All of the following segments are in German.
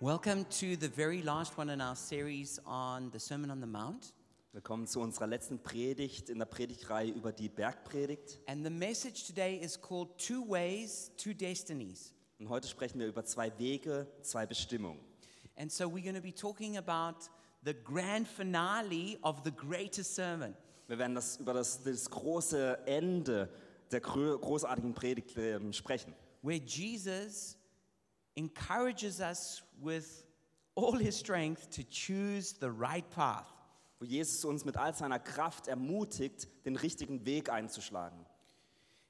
Welcome to the very last one in our series on the Sermon on the Mount. Willkommen zu unserer letzten Predigt in der Predigtreihe über die Bergpredigt. And the message today is called Two Ways, Two Destinies. Und heute sprechen wir über zwei Wege, zwei Bestimmungen. And so we're going to be talking about the grand finale of the greatest sermon. Wir werden das über das, das große Ende der grö- großartigen Predigt ähm, sprechen, where Jesus encourages us with all his strength to choose the right path. wo Jesus uns mit all seiner Kraft ermutigt, den richtigen Weg einzuschlagen.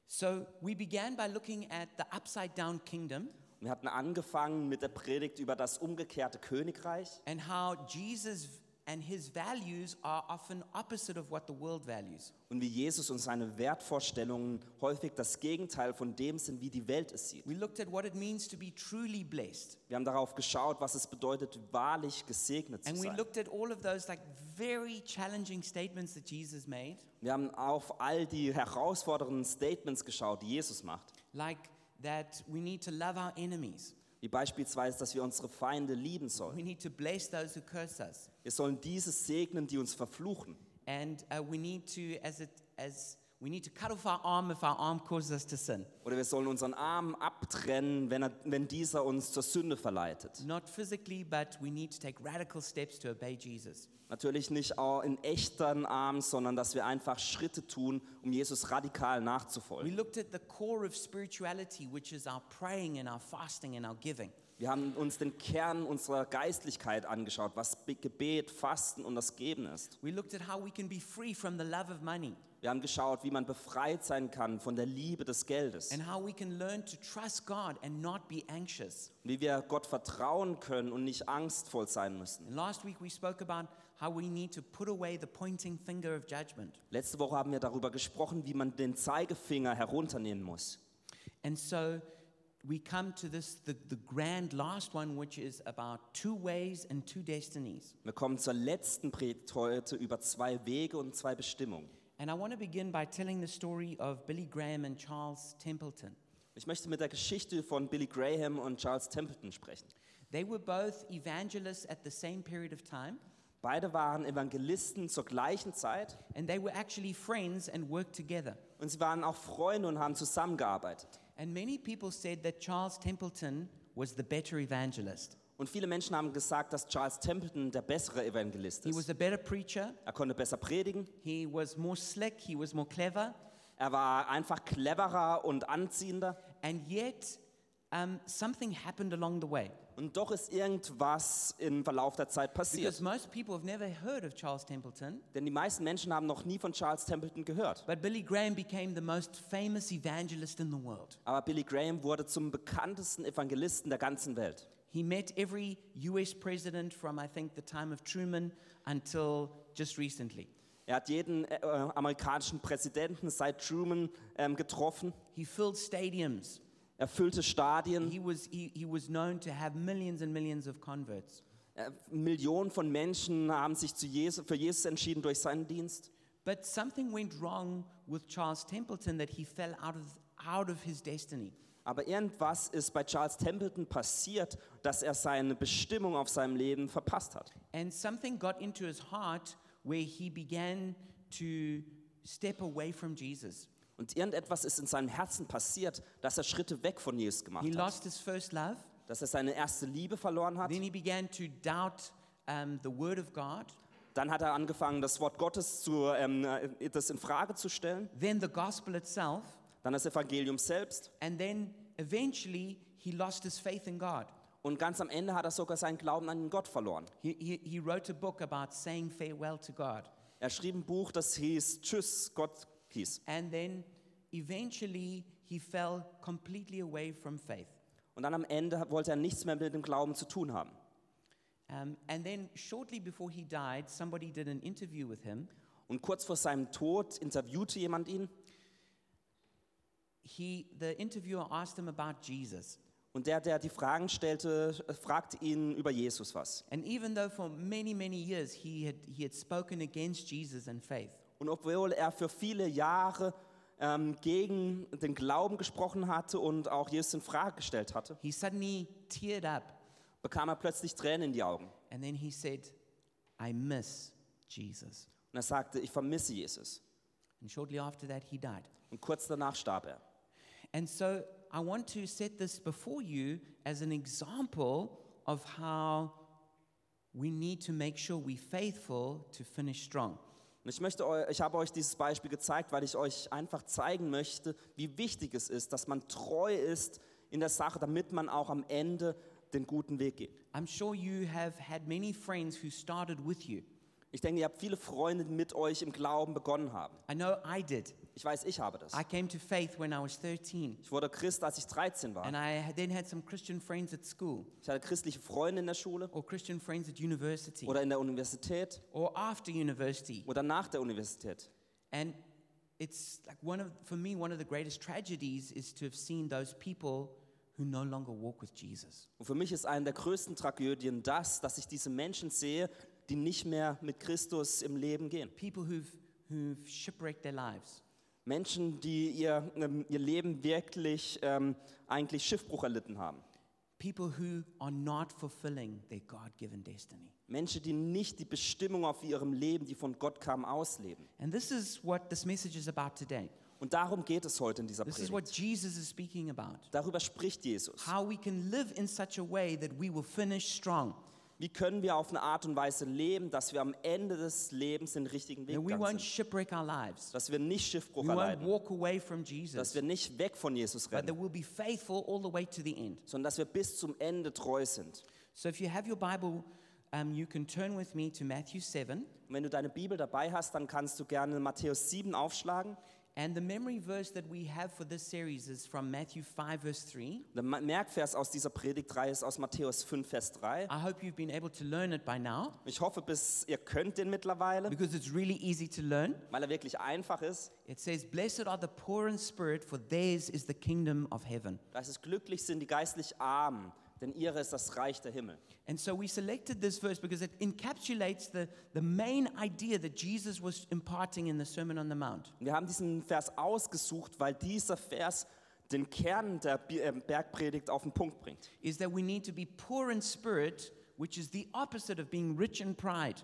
So we began by looking at the upside down kingdom Wir hatten angefangen mit der Predigt über das umgekehrte Königreich and how Jesus and his values are often opposite of what the world values. und wie Jesus und seine Wertvorstellungen häufig das Gegenteil von dem sind, wie die Welt es sieht. We looked at what it means to be truly blessed. Wir haben darauf geschaut, was es bedeutet, wahrlich gesegnet zu And we sein. looked at all of those like very challenging statements that Jesus made, Wir haben auf all die herausfordernden Statements geschaut, die Jesus macht. like that we need to love our enemies. Wie beispielsweise, dass wir unsere Feinde lieben sollen. We need to bless those who curse us. Wir sollen diese segnen, die uns verfluchen. And uh, we need to, as it, as we need to cut off our arm if our arm causes us to sin. Oder wir sollen unseren Arm abtrennen, wenn, er, wenn dieser uns zur Sünde verleitet. Not physically, but we need to take radical steps to obey Jesus. Natürlich nicht auch in echten Arm, sondern dass wir einfach Schritte tun, um Jesus radikal We nachzufolgen. looked at the core of spirituality, which is our praying and our fasting and our giving. Wir haben uns den Kern unserer Geistlichkeit angeschaut, was Be- Gebet, Fasten und das Geben ist. We looked at how we can be free from the love of money Wir haben geschaut, wie man befreit sein kann von der Liebe des Geldes. and how we can learn to trust God and not be anxious. wie wir Gott vertrauen können und nicht angstvoll sein müssen. And last week we spoke about how we need to put away the pointing finger of judgment. Letzte Woche haben wir darüber gesprochen, wie man den Zeigefinger herunternehmen muss. And so we come to this, the, the grand last one, which is about two ways and two destinies. Wir kommen zur letzten Predigt heute über zwei Wege und zwei Bestimmungen. And I want to begin by telling the story of Billy Graham and Charles Templeton. Ich möchte mit der Geschichte von Billy Graham und Charles Templeton sprechen. They were both evangelists at the same period of time, Beide waren Evangelisten zur gleichen Zeit and they were actually friends and worked together. und sie waren auch Freunde und haben zusammengearbeitet. And many people said that Charles Templeton was the better evangelist. Und viele Menschen haben gesagt, dass Charles Templeton der bessere Evangelist He was ist. a better preacher, Er konnte besser predigen, he was more slick, he was more clever, er war einfach cleverer und anziehender. and yet um, something happened along the way. Und doch ist irgendwas im Verlauf der Zeit Because passiert. most people have never heard of Charles Templeton, Denn die meisten Menschen haben noch nie von Charles Templeton gehört. but Billy Graham became the most famous evangelist in the world. Aber Billy Graham wurde zum bekanntesten Evangelisten der ganzen Welt. He met every US president from, I think, the time of Truman until just recently. Er hat jeden äh, amerikanischen Präsidenten seit Truman ähm, getroffen. He filled stadiums. Er füllte Stadien. He was, he, he was known to have millions and millions of converts. Äh, Millionen von Menschen haben sich zu Jesu, für Jesus entschieden durch seinen Dienst. But something went wrong with Charles Templeton that he fell out of, out of his destiny. Aber irgendwas ist bei Charles Templeton passiert, dass er seine Bestimmung auf seinem Leben verpasst hat. And something got into his heart where he began to step away from Jesus. Und irgendetwas ist in seinem Herzen passiert, dass er Schritte weg von Jesus gemacht He hat. lost his first love. dass er seine erste Liebe verloren hat. Then he began to doubt um, the word of God, Dann hat er angefangen, das Wort Gottes zu, ähm, äh, das in Frage zu stellen. then the gospel itself, Dann das Evangelium selbst. and then eventually he lost his faith in God. Und ganz am Ende hat er sogar seinen Glauben an Gott verloren. He, he, he wrote a book about saying farewell to God. Er schrieb ein Buch, das hieß Tschüss, Gott hieß. And then eventually he fell completely away from faith. Und dann am Ende wollte er nichts mehr mit dem Glauben zu tun haben. Um, and then shortly before he died, somebody did an interview with him. Und kurz vor seinem Tod interviewte jemand ihn He, the interviewer asked him about Jesus. und der, der die Fragen stellte, äh, fragte ihn über Jesus was. And even though for many, many years he had, he had spoken against Jesus and faith, Und obwohl er für viele Jahre ähm, gegen den Glauben gesprochen hatte und auch Jesus in Frage gestellt hatte, he suddenly teared up bekam er plötzlich Tränen in die Augen. Und And then he said, I miss Jesus. er sagte, ich vermisse Jesus. And shortly after that, he died. Und kurz danach starb er. And so I want to set this before you as an example of how we need to make sure we're faithful to finish strong. Und ich, möchte, eu- ich habe euch dieses Beispiel gezeigt, weil ich euch einfach zeigen möchte, wie wichtig es ist, dass man treu ist in der Sache, damit man auch am Ende den guten Weg geht. I'm sure you have had many friends who started with you. Ich denke, ihr habt viele Freunde, die mit euch im Glauben begonnen haben. I know I did. Ich weiß, ich habe das. I came to faith when I was 13, Ich wurde Christ, als ich 13 war. and I had- then had some Christian friends at school, Ich hatte christliche Freunde in der Schule or Christian friends at university, oder in der Universität or after university. oder nach der Universität. And it's like one of, for me, one of the greatest tragedies is to have seen those people who no longer walk with Jesus. Und für mich ist eine der größten Tragödien das, dass ich diese Menschen sehe, die nicht mehr mit Christus im Leben gehen. People who've, who've shipwrecked their lives. Menschen, die ihr, ähm, ihr Leben wirklich ähm, eigentlich Schiffbruch erlitten haben. People who are not fulfilling their God given destiny. Menschen, die nicht die Bestimmung auf ihrem Leben, die von Gott kam, ausleben. And this is what this message is about today. Und darum geht es heute in dieser This is what Predigt. Jesus is speaking about. Darüber spricht Jesus. How we can live in such a way that we will finish strong. Wie können wir auf eine Art und Weise leben, dass wir am Ende des Lebens den richtigen Weg That we gegangen won't sind? shipwreck our lives. Dass wir nicht We Schiffbruch won't erleiden. walk away from Dass Jesus. wir nicht weg von Jesus But that rennen, we'll be faithful all the way to the end. sondern dass wir bis zum Ende treu sind. So if you have your Bible, um, you can turn with me to Matthew 7. Und wenn du deine Bibel dabei hast, dann kannst du gerne Matthäus 7 aufschlagen. And the memory verse that we have for this series is from Matthew 5, verse 3. Der Ma- Merkvers aus dieser Predigtreihe ist aus Matthäus 5, Vers 3. I hope you've been able to learn it by now Ich hoffe, bis ihr könnt den mittlerweile, because it's really easy to learn. weil er wirklich einfach ist. It says, Blessed are the poor in spirit, for theirs is the kingdom of heaven. Dass es glücklich sind die geistlich Armen, denn ihre ist das Reich der Himmel. And so we selected this verse because it encapsulates the, the main idea that Jesus was imparting in the Sermon on the Mount. Und wir haben diesen Vers ausgesucht, weil dieser Vers den Kern der Bi- äh, Bergpredigt auf den Punkt bringt. Is that we need to be poor in spirit, which is the opposite of being rich in pride.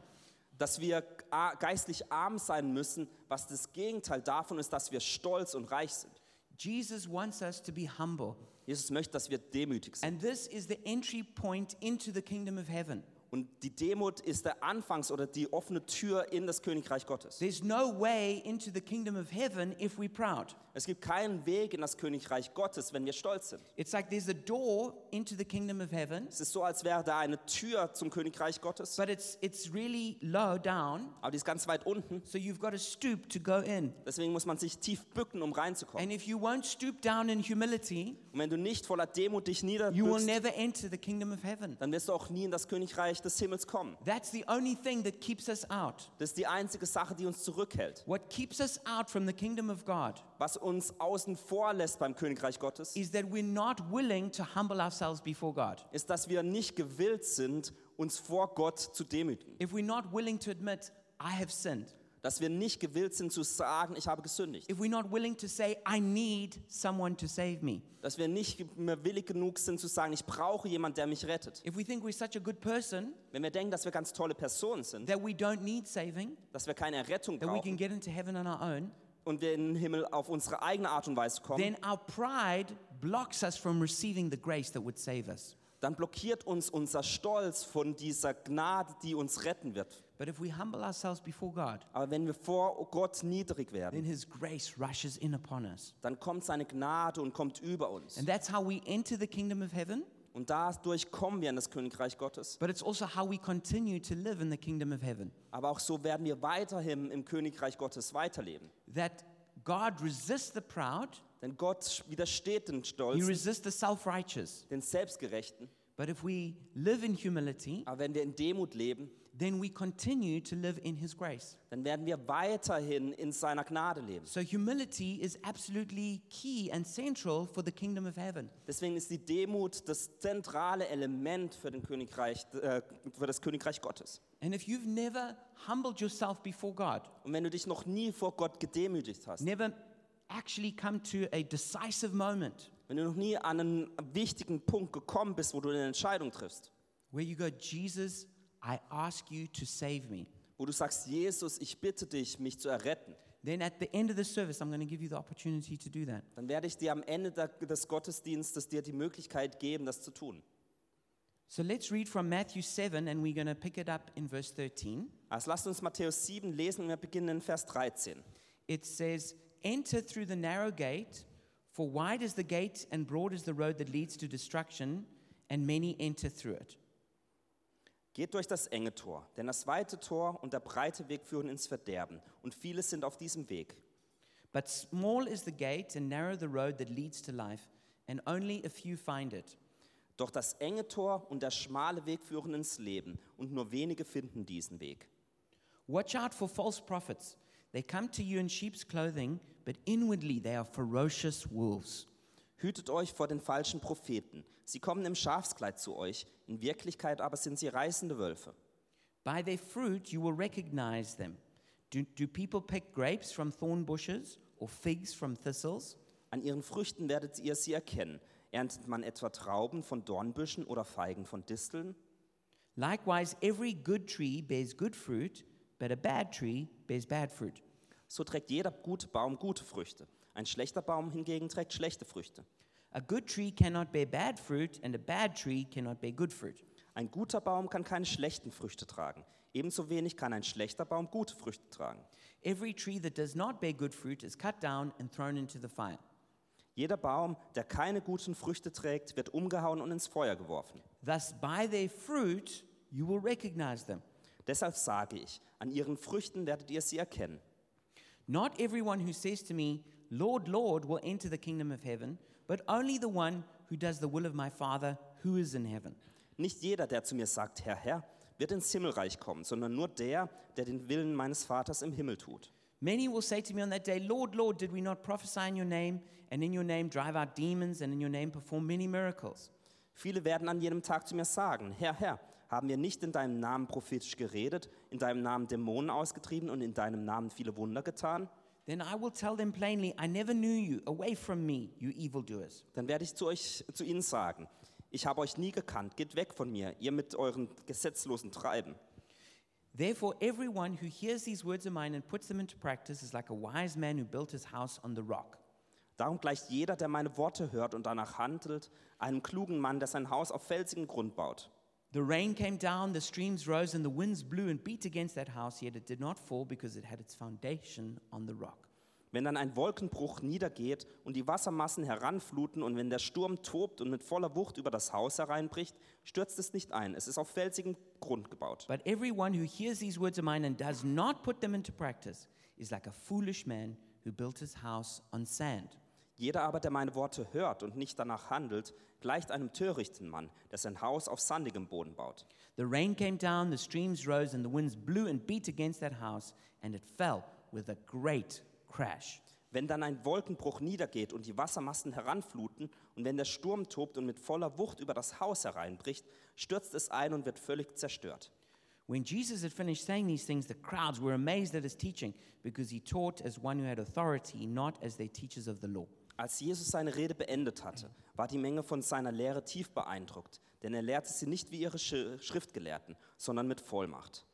Dass wir a- geistlich arm sein müssen, was das Gegenteil davon ist, dass wir stolz und reich sind. Jesus wants us to be humble. Jesus möchte, dass wir demütig sind. And this is the entry point into the kingdom of heaven. Und die Demut ist der Anfangs- oder die offene Tür in das Königreich Gottes. There's no way into the kingdom of heaven if we're proud. Es gibt keinen Weg in das Königreich Gottes, wenn wir stolz sind. It's like there's a door into the kingdom of heaven, Es ist so, als wäre da eine Tür zum Königreich Gottes, but it's, it's really low down, aber die ist ganz weit unten. so you've got to stoop to go in. Deswegen muss man sich tief bücken, um reinzukommen. And if you won't stoop down in humility, Und wenn du nicht voller Demut dich you will ne- niederbückst, never enter the kingdom of heaven. dann wirst du auch nie in das Königreich des Himmels kommen. That's the only thing that keeps us out. Das ist die einzige Sache, die uns zurückhält. What keeps us out from the kingdom of God Was uns außen vor lässt beim Königreich Gottes, is that we're not willing to humble ourselves before God. ist, dass wir nicht gewillt sind, uns vor Gott zu demütigen. If we're not willing to admit, I have sinned. Dass wir nicht gewillt sind zu sagen, ich habe gesündigt. If we're not willing to say, I need someone to save me. Dass wir nicht mehr willig genug sind zu sagen, ich brauche jemanden, der mich rettet. If we think we're such a good person Wenn wir denken, dass wir ganz tolle Personen sind, that we don't need saving, dass wir keine Errettung that we can brauchen, get into heaven on our own, und wir in den Himmel auf unsere eigene Art und Weise kommen, then our pride blocks us from receiving the grace that would save us. dann blockiert uns unser Stolz von dieser Gnade, die uns retten wird. But if we humble ourselves before God, Aber wenn wir vor Gott niedrig then werden, His grace rushes in upon us. dann kommt seine Gnade und kommt über uns. And that's how we enter the kingdom of heaven, Und dadurch kommen wir in das Königreich Gottes. but it's also how we continue to live in the kingdom of heaven. Aber auch so werden wir weiterhin im Königreich Gottes weiterleben. That God resists the proud, Denn Gott widersteht den He Stolz, resists the self righteous. den Selbstgerechten. But if we live in humility, Aber wenn wir in Demut leben, then we continue to live in His grace. dann werden wir weiterhin in seiner Gnade leben. So humility is absolutely key and central for the kingdom of heaven. Deswegen ist die Demut das zentrale Element für, den Königreich, äh, für das Königreich Gottes. And if you've never humbled yourself before God, Und wenn du dich noch nie vor Gott gedemütigt hast, never actually come to a decisive moment wenn du noch nie an einen wichtigen Punkt gekommen bist, wo du eine Entscheidung triffst, where you go, Jesus, I ask you to save me. wo du sagst, Jesus, ich bitte dich, mich zu erretten. Then at the end of the service, I'm going to give you the opportunity to do that. Dann werde ich dir am Ende der- des Gottesdienstes dir die Möglichkeit geben, das zu tun. So let's read from Matthew 7, and we're going to pick it up in verse 13. Also lasst uns Matthäus 7 lesen und wir beginnen in Vers 13. It says, Enter through the narrow gate, for wide is the gate and broad is the road that leads to destruction, and many enter through it. Geht durch das enge Tor, denn das weite Tor und der breite Weg führen ins Verderben und viele sind auf diesem Weg. But small is the gate and narrow the road that leads to life, and only a few find it. Doch das enge Tor und der schmale Weg führen ins Leben und nur wenige finden diesen Weg. Watch out for false prophets. They come to you in sheep's clothing, but inwardly they are ferocious wolves. Hütet euch vor den falschen Propheten. Sie kommen im Schafskleid zu euch, in Wirklichkeit aber sind sie reißende Wölfe. By their fruit you will recognize them. Do, do people pick grapes from thorn bushes or figs from thistles? An ihren Früchten werdet ihr sie erkennen. Erntet man etwa Trauben von Dornbüschen oder Feigen von Disteln? Likewise, every good tree bears good fruit, but a bad tree bears bad fruit. So trägt jeder gute Baum gute Früchte. Ein schlechter Baum hingegen trägt schlechte Früchte. A good tree cannot bear bad fruit, and a bad tree cannot bear good fruit. Ein guter Baum kann keine schlechten Früchte tragen. Ebenso wenig kann ein schlechter Baum gute Früchte tragen. Every tree that does not bear good fruit is cut down and thrown into the fire. Jeder Baum, der keine guten Früchte trägt, wird umgehauen und ins Feuer geworfen. Thus, by their fruit, you will recognize them. Deshalb sage ich, an ihren Früchten werdet ihr sie erkennen. Not everyone who says to me, Lord, Lord, will enter the kingdom of heaven, but only the one who does the will of my Father who is in heaven. Nicht jeder, der zu mir sagt, Herr, Herr, wird ins Himmelreich kommen, sondern nur der, der den Willen meines Vaters im Himmel tut. Many will say to me on that day, Lord, Lord, did we not prophesy in your name, and in your name drive out demons, and in your name perform many miracles? Viele werden an jenem Tag zu mir sagen, Herr, Herr, haben wir nicht in deinem Namen prophetisch geredet, in deinem Namen Dämonen ausgetrieben und in deinem Namen viele Wunder getan? Then I will tell them plainly, I never knew you. Away from me, you evildoers. Dann werde ich zu, euch, zu ihnen sagen, ich habe euch nie gekannt, geht weg von mir, ihr mit euren gesetzlosen Treiben. Therefore, everyone who hears these words of mine and puts them into practice is like a wise man who built his house on the rock. Darum gleicht jeder, der meine Worte hört und danach handelt, einem klugen Mann, der sein Haus auf felsigen Grund baut. The rain came down, the streams rose, and the winds blew and beat against that house, yet it did not fall because it had its foundation on the rock. Wenn dann ein Wolkenbruch niedergeht und die Wassermassen heranfluten und wenn der Sturm tobt und mit voller Wucht über das Haus hereinbricht, stürzt es nicht ein. Es ist auf felsigem Grund gebaut. But everyone who hears these words of mine and does not put them into practice is like a foolish man who built his house on sand. Jeder aber, der meine Worte hört und nicht danach handelt, gleicht einem törichten Mann, der sein Haus auf sandigem Boden baut. The rain came down, the streams rose, and the winds blew and beat against that house, and it fell with a great crash. Wenn dann ein Wolkenbruch niedergeht und die Wassermassen heranfluten und wenn der Sturm tobt und mit voller Wucht über das Haus hereinbricht, stürzt es ein und wird völlig zerstört. When Jesus had finished saying these things, the crowds were amazed at his teaching because he taught as one who had authority, not as their teachers of the law. Als Jesus seine Rede beendet hatte, war die Menge von seiner Lehre tief beeindruckt, denn er lehrte sie nicht wie ihre Sch- Schriftgelehrten, sondern mit Vollmacht.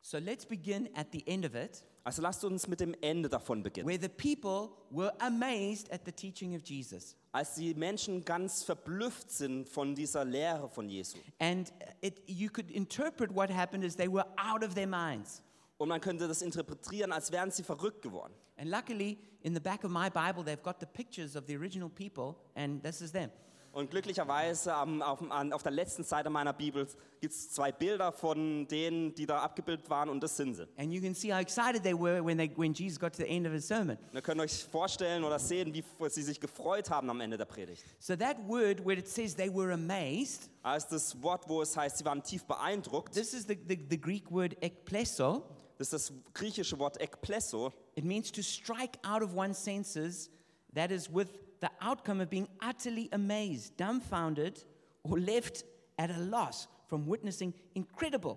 So let's begin at the end of it, Also lasst uns mit dem Ende davon beginnen. where the people were amazed at the teaching of Jesus. Als die Menschen ganz verblüfft sind von dieser Lehre von Jesu. And it, you could interpret what happened as they were out of their minds. Und man könnte das interpretieren, als wären sie verrückt geworden. And luckily, in the back of my Bible, they've got the pictures of the original people, and this is them. Und glücklicherweise am, auf, dem- an, auf der letzten Seite meiner Bibel gibt es zwei Bilder von denen, die da abgebildet waren und das sind sie. And you can see how excited they were when, they, when Jesus got to the end of his sermon. Und ihr könnt euch vorstellen oder sehen, wie f- sie sich gefreut haben am Ende der Predigt. So that word where it says they were amazed, Als das Wort, wo es heißt, sie waren tief beeindruckt, this is the, the, the Greek word ekpleso. das ist das griechische Wort ekplesso. It means to strike out of one's senses, that is, with the outcome of being utterly amazed, dumbfounded, or left at a loss from witnessing incredible,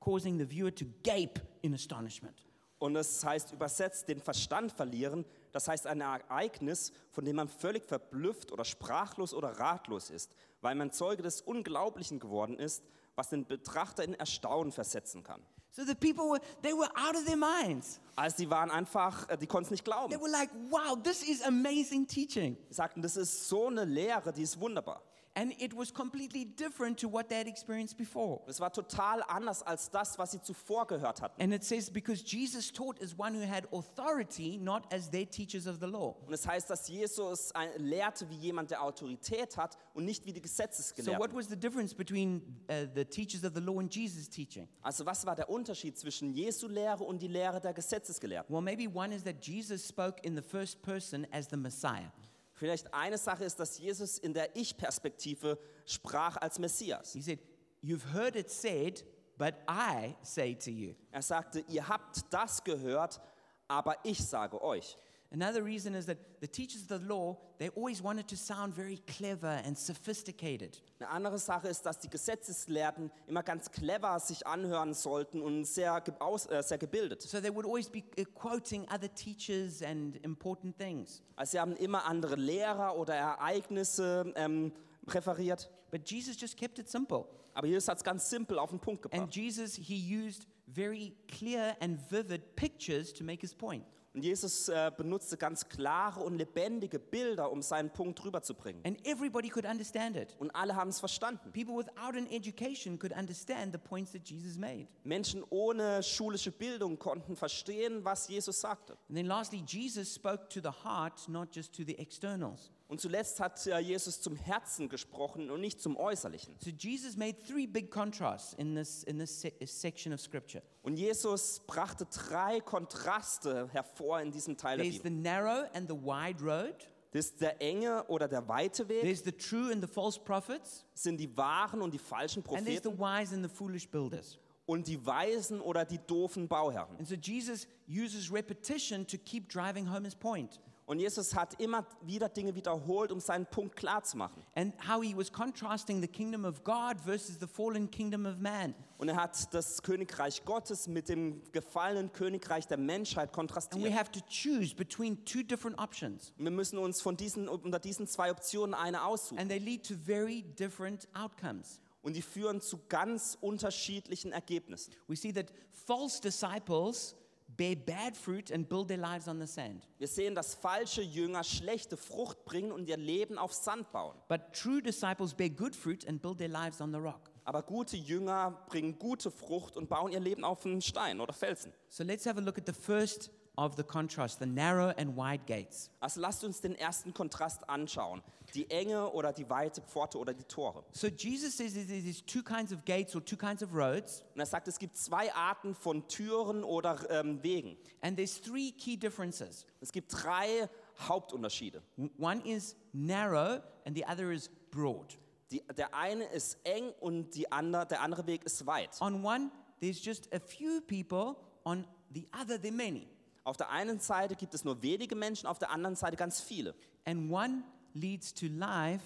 causing the viewer to gape in astonishment. Und das heißt übersetzt den Verstand verlieren, Das heißt ein Ereignis, von dem man völlig verblüfft oder sprachlos oder ratlos ist, weil man Zeuge des Unglaublichen geworden ist, was den Betrachter in Erstaunen versetzen kann. So the people were, they were out of their minds. Also die waren einfach, äh, die konnten es nicht They glauben. were like, wow, this is amazing teaching. Sie sagten, das ist so eine Lehre, die ist wunderbar. And it was completely different to what they had experienced before. Das war total anders als das, was sie zuvor gehört hatten. And it says, because Jesus taught as one who had authority, not as their teachers of the law. Und es heißt, dass Jesus ein- lehrte wie jemand, der Autorität hat und nicht wie So, die what Gesetzesgelehrten. was the difference between uh, the teachers of the law and Jesus' teaching? Also was war der Unterschied zwischen Jesu Lehre und die Lehre der Gesetzesgelehrten? Well, maybe one is that Jesus spoke in the first person as the Messiah. Vielleicht eine Sache ist, dass Jesus in der Ich-Perspektive sprach als Messias. He said, You've heard it said, but I say to you. Er sagte, ihr habt das gehört, aber ich sage euch. Another reason is that the teachers of the law, they always wanted to sound very clever and sophisticated. Eine andere Sache ist, dass die Gesetzesgelehrten immer ganz clever sich anhören sollten und sehr, ge- aus, äh, sehr gebildet. So they would always be uh, quoting other teachers and important things. Also sie haben immer andere Lehrer oder Ereignisse ähm, referiert. But Jesus just kept it simple. Aber Jesus hat es ganz simpel auf den Punkt And gebracht. Jesus, he used very clear and vivid pictures to make his point. Und Jesus äh, benutzte ganz klare und lebendige Bilder, um seinen Punkt rüberzubringen. And everybody could understand it. Und alle haben es verstanden. People without an education could understand the points that Jesus made. Menschen ohne schulische Bildung konnten verstehen, was Jesus sagte. And then lastly, Jesus spoke to the heart, not just to the externals. Und zuletzt hat äh, Jesus zum Herzen gesprochen und nicht zum Äußerlichen. So Jesus made three big contrasts in this, in this se- section of scripture. Und Jesus brachte drei Kontraste hervor in diesem Teil der There's Bibel. the narrow and the wide road. Das ist der enge oder der weite Weg, There's the true and the false prophets. sind die wahren und die falschen And there's the Propheten wise and the foolish builders. und die weisen oder die doofen Bauherren. And so Jesus uses repetition to keep driving home his point. Und Jesus hat immer wieder Dinge wiederholt, um seinen Punkt klar zu machen. And how he was contrasting the kingdom of God versus the fallen kingdom of man. Und er hat das Königreich Gottes mit dem gefallenen Königreich der Menschheit And we kontrastiert. have to choose between two different options. Wir müssen uns von diesen, unter diesen zwei Optionen eine aussuchen. And they lead to very different outcomes. Und die führen zu ganz unterschiedlichen Ergebnissen. We see that false disciples bear bad fruit and build their lives on the sand. Wir sehen, dass falsche Jünger schlechte Frucht bringen und ihr Leben auf Sand bauen. But true disciples bear good fruit and build their lives on the rock. Aber gute Jünger bringen gute Frucht und bauen ihr Leben auf einen Stein oder Felsen. So let's have a look at the first of the contrast the narrow and wide gates. Also lasst uns den ersten Kontrast anschauen. Die enge oder die weite Pforte oder die Tore. So Jesus says there- there's two kinds of gates or two kinds of roads, Und er sagt, es gibt zwei Arten von Türen oder ähm, Wegen. and there's three key differences. Es gibt drei Hauptunterschiede. W- One is narrow and the other is broad. Die, der eine ist eng und die andere, der andere Weg ist weit. On one, there's just a few people, on the other, there are many. Auf der einen Seite gibt es nur wenige Menschen, auf der anderen Seite ganz viele. And one leads to life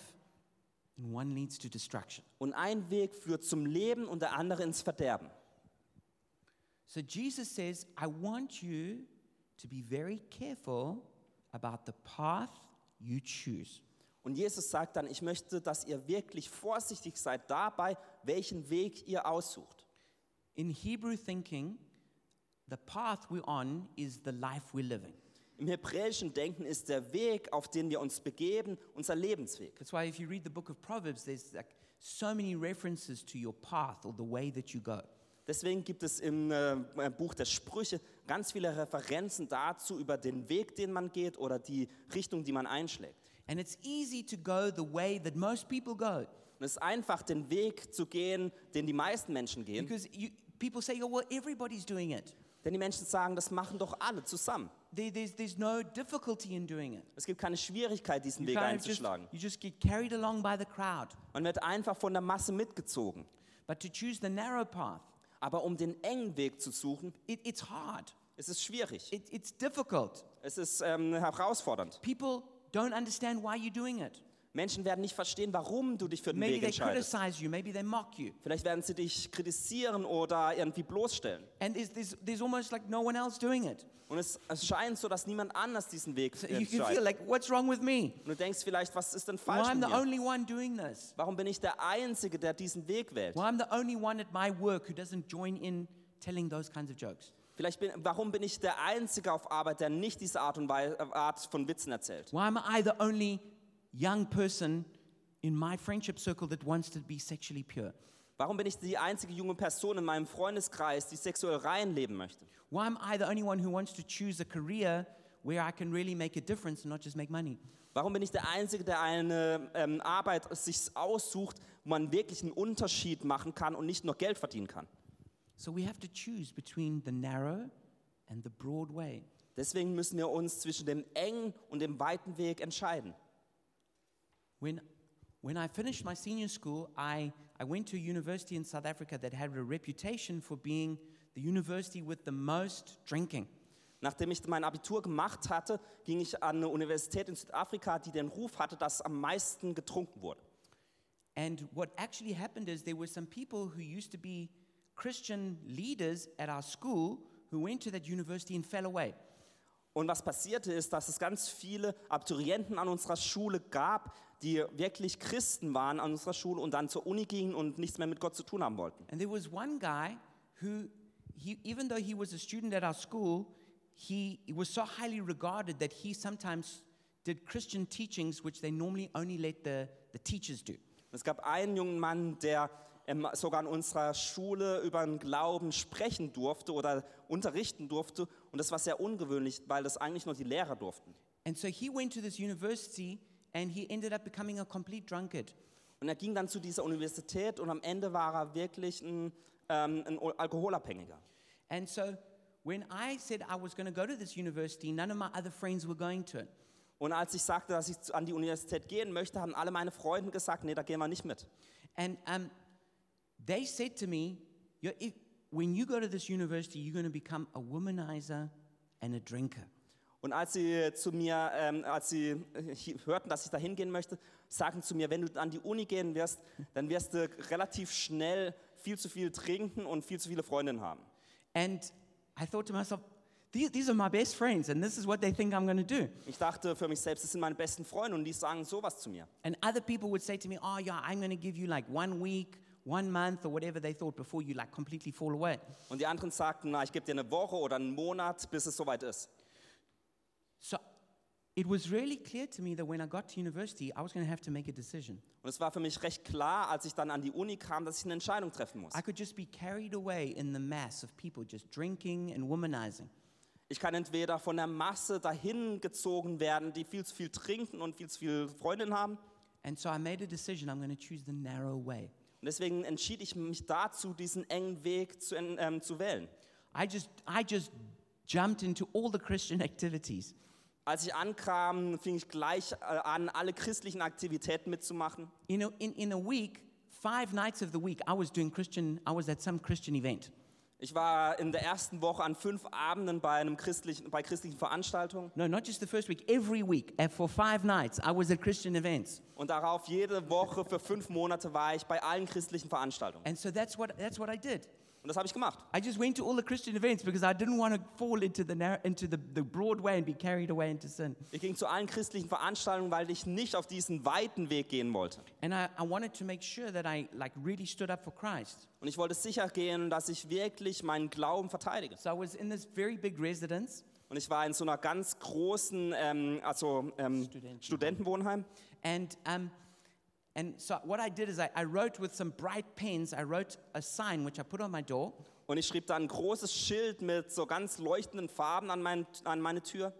and one leads to destruction. Und ein Weg führt zum Leben und der andere ins Verderben. So Jesus says, I want you to be very careful about the path you choose. Und Jesus sagt dann, ich möchte, dass ihr wirklich vorsichtig seid dabei, welchen Weg ihr aussucht. In Hebrew thinking, the path we're on is the life we're living. Im hebräischen Denken ist der Weg, auf den wir uns begeben, unser Lebensweg. That's why if you read the book of Proverbs, there's like so many references to your path or the way that you go. Deswegen gibt es im äh, Buch der Sprüche ganz viele Referenzen dazu über den Weg, den man geht oder die Richtung, die man einschlägt. And it's easy to go the way that most people go Und es ist einfach, den Weg zu gehen, den die meisten Menschen gehen. because you, people say, oh, well, everybody's doing it. Denn die Menschen sagen, das machen doch alle zusammen. There, there's, there's no difficulty in doing it. Es gibt keine Schwierigkeit, diesen You, Weg kind of just, einzuschlagen. you just get carried along by the crowd. Man wird einfach von der Masse mitgezogen. But to choose the narrow path, Aber um den engen Weg zu suchen, it, it's hard. es ist schwierig. It, it's difficult. Es ist ähm, herausfordernd. People don't understand why you're doing it. Menschen werden nicht verstehen, warum du dich für den Maybe Weg they entscheidest. criticize you, maybe they mock you. Vielleicht werden sie dich kritisieren oder irgendwie bloßstellen. And there's, there's, there's almost like no one else doing it. Und es, es scheint so, dass niemand anders diesen Weg So you, you feel entscheidet. like, what's wrong with me? Und du denkst vielleicht, was ist denn Why falsch I'm mit the mir? only one doing this? Warum bin ich der Einzige, der diesen Weg wählt? Why I'm the only one at my work who doesn't join in telling those kinds of jokes? Vielleicht bin, warum bin ich der Einzige auf Arbeit, der nicht diese Art und Wei- Art von Witzen erzählt? Why am I the only young person in my friendship circle that wants to be sexually pure? Warum bin ich die einzige junge Person in meinem Freundeskreis, die sexuell rein leben möchte? Why am I the only one who wants to choose a career where I can really make a difference and not just make money? Warum bin ich der Einzige, der eine ähm, Arbeit sich aussucht, wo man wirklich einen Unterschied machen kann und nicht nur Geld verdienen kann? So we have to choose between the narrow and the broad way. Deswegen müssen wir uns zwischen dem engen und dem weiten Weg entscheiden. When, when I finished my senior school, I, I went to a university in South Africa that had a reputation for being the university with the most drinking. Nachdem ich mein Abitur gemacht hatte, ging ich an eine Universität in Südafrika, die den Ruf hatte, dass am meisten getrunken wurde. And what actually happened is there were some people who used to be Christian leaders at our school who went to that university and fell away. Und was passierte ist, dass es ganz viele Abiturienten an unserer Schule gab, die wirklich Christen waren an unserer Schule und dann zur Uni gingen und nichts mehr mit Gott zu tun haben wollten. And there was one guy who, he, even though he was a student at our school, he was so highly regarded that he sometimes did Christian teachings, which they normally only let the, the teachers do. Es gab einen jungen Mann, der ähm, sogar an unserer Schule über den Glauben sprechen durfte oder unterrichten durfte. Und das war sehr ungewöhnlich, weil das eigentlich nur die Lehrer durften. And so he went to this university and he ended up becoming a complete drunkard. Und er ging dann zu dieser Universität und am Ende war er wirklich ein, ähm, ein O- Alkoholabhängiger. And so when I said I was going to go to this university, none of my other friends were going to it. Und als ich sagte, dass ich zu- an die Universität gehen möchte, haben alle meine Freunde gesagt, nee, da gehen wir nicht mit. And um, they said to me, "Yo, if, when you go to this university, you're going to become a womanizer and a drinker. Und als sie zu mir, ähm, als sie äh, hi- hörten, dass ich da hingehen möchte, sagten zu mir, wenn du an die Uni gehen wirst, dann wirst du relativ schnell viel zu viel trinken und viel zu viele Freundinnen haben. And I thought to myself, these, these are my best friends, and this is what they think I'm going to do. Ich dachte für mich selbst, das sind meine besten Freunde und die sagen sowas zu mir. And other people would say to me, oh, yeah, I'm going to give you like one week, one month, or whatever they thought before you like completely fall away. Und die anderen sagten, na, ich gebe dir eine Woche oder einen Monat, bis es soweit ist. So it was really clear to me that when I got to university, I was going to have to make a decision. Und es war für mich recht klar, als ich dann an die Uni kam, dass ich eine Entscheidung treffen muss. I could just be carried away in the mass of people just drinking and womanizing. Ich kann entweder von der Masse dahin gezogen werden, die viel zu viel trinken und viel zu viele Freundinnen haben. And so I made a decision I'm going to choose the narrow way. Und deswegen entschied ich mich dazu, diesen engen Weg zu, en- ähm, zu wählen. I just, I just jumped into all the Christian activities. Als ich ankam, fing ich gleich äh, an, alle christlichen Aktivitäten mitzumachen. You know, in, in a week, five nights of the week, I was doing Christian, I was at some Christian event. Ich war in der ersten Woche an fünf Abenden bei, einem christlichen, bei christlichen Veranstaltungen No, not just the first week, every week, and for five nights, I was at Christian events. und darauf jede Woche für fünf Monate war ich bei allen christlichen Veranstaltungen. And so that's what, that's what I did. Und das habe ich gemacht. I just went to all the Christian events because I didn't want to fall into the, narrow, into the, the broad way and be carried away into sin. Ich ging zu allen christlichen Veranstaltungen, weil ich nicht auf diesen weiten Weg gehen wollte. And I, I wanted to make sure that I like really stood up for Christ. Und ich wollte sicher gehen, dass ich wirklich meinen Glauben verteidige. So I was in this very big residence Und ich war in so einer ganz großen, ähm, also ähm, Studentenwohnheim. Studentenwohnheim. And, um, and so what I did is I, I wrote with some bright pens, I wrote a sign which I put on my door. Und ich schrieb da ein großes Schild mit so ganz leuchtenden Farben an, mein, an meine Tür.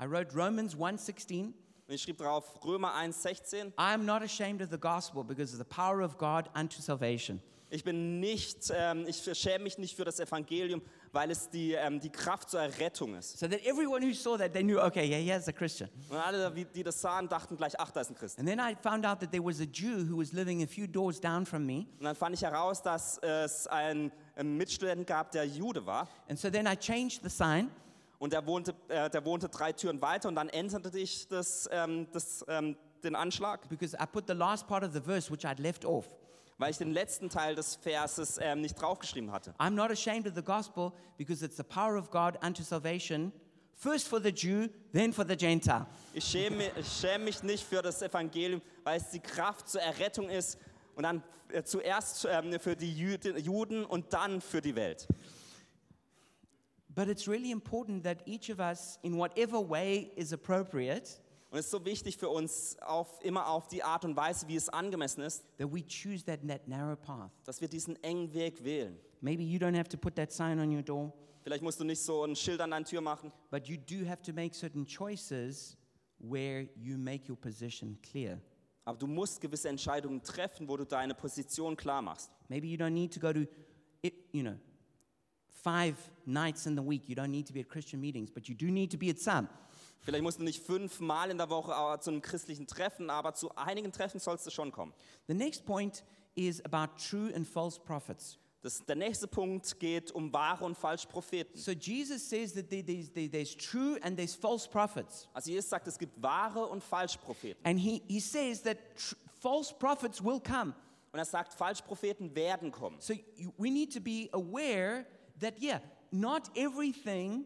I wrote Romans 1.16. Und ich schrieb drauf Römer 1,16. I am not ashamed of the gospel because of the power of God unto salvation. Ich bin nicht, ähm, ich schäme mich nicht für das Evangelium, weil es die, ähm, die Kraft zur Errettung ist. So that everyone who saw that, they knew, okay, yeah, yeah, it's a Christian. Und alle, wie- die das sahen, dachten gleich, ach, da ist ein Christ. And then I found out that there was a Jew who was living a few doors down from me. Und dann fand ich heraus, dass es einen ähm, Mitstudenten gab, der Jude war. And so then I changed the sign Und der wohnte, äh, der wohnte drei Türen weiter und dann änderte ich das, ähm, das, ähm, den Anschlag, because I put the last part of the verse which I'd left off. weil ich den letzten Teil des Verses ähm, nicht draufgeschrieben hatte. I'm not ashamed of the gospel because it's the power of God unto salvation, first for the Jew, then for the Gentile. Ich schäme, mi- ich schäme mich nicht für das Evangelium, weil es die Kraft zur Errettung ist und dann äh, zuerst ähm, für die Jüden, Juden und dann für die Welt. But it's really important that each of us, in whatever way is appropriate, Und es ist so wichtig für uns, auf, immer auf die Art und Weise, wie es angemessen ist, that we choose that, that narrow path. dass wir diesen engen Weg wählen. Maybe you don't have to put that sign on your door, Vielleicht musst du nicht so ein Schild an deine Tür machen, but you do have to make certain choices where you make your position clear. aber du musst gewisse Entscheidungen treffen, wo du deine Position klar machst. Maybe you don't need to go to, it, you know, five nights in the week. You don't need to be at Christian meetings, but you do need to be at some. Vielleicht musst du nicht fünfmal in der Woche äh, zu einem christlichen Treffen, aber zu einigen Treffen sollst du schon kommen. The next point is about true and false prophets. Das, der nächste Punkt geht um wahre und falsche Propheten. So Jesus says that there- there's, there- there's true and there's false prophets. Also Jesus sagt, es gibt wahre und falsche Propheten. And he, he says that tr- false prophets will come. Und er sagt, falsche Propheten werden kommen. So you, we need to be aware that, yeah, not everything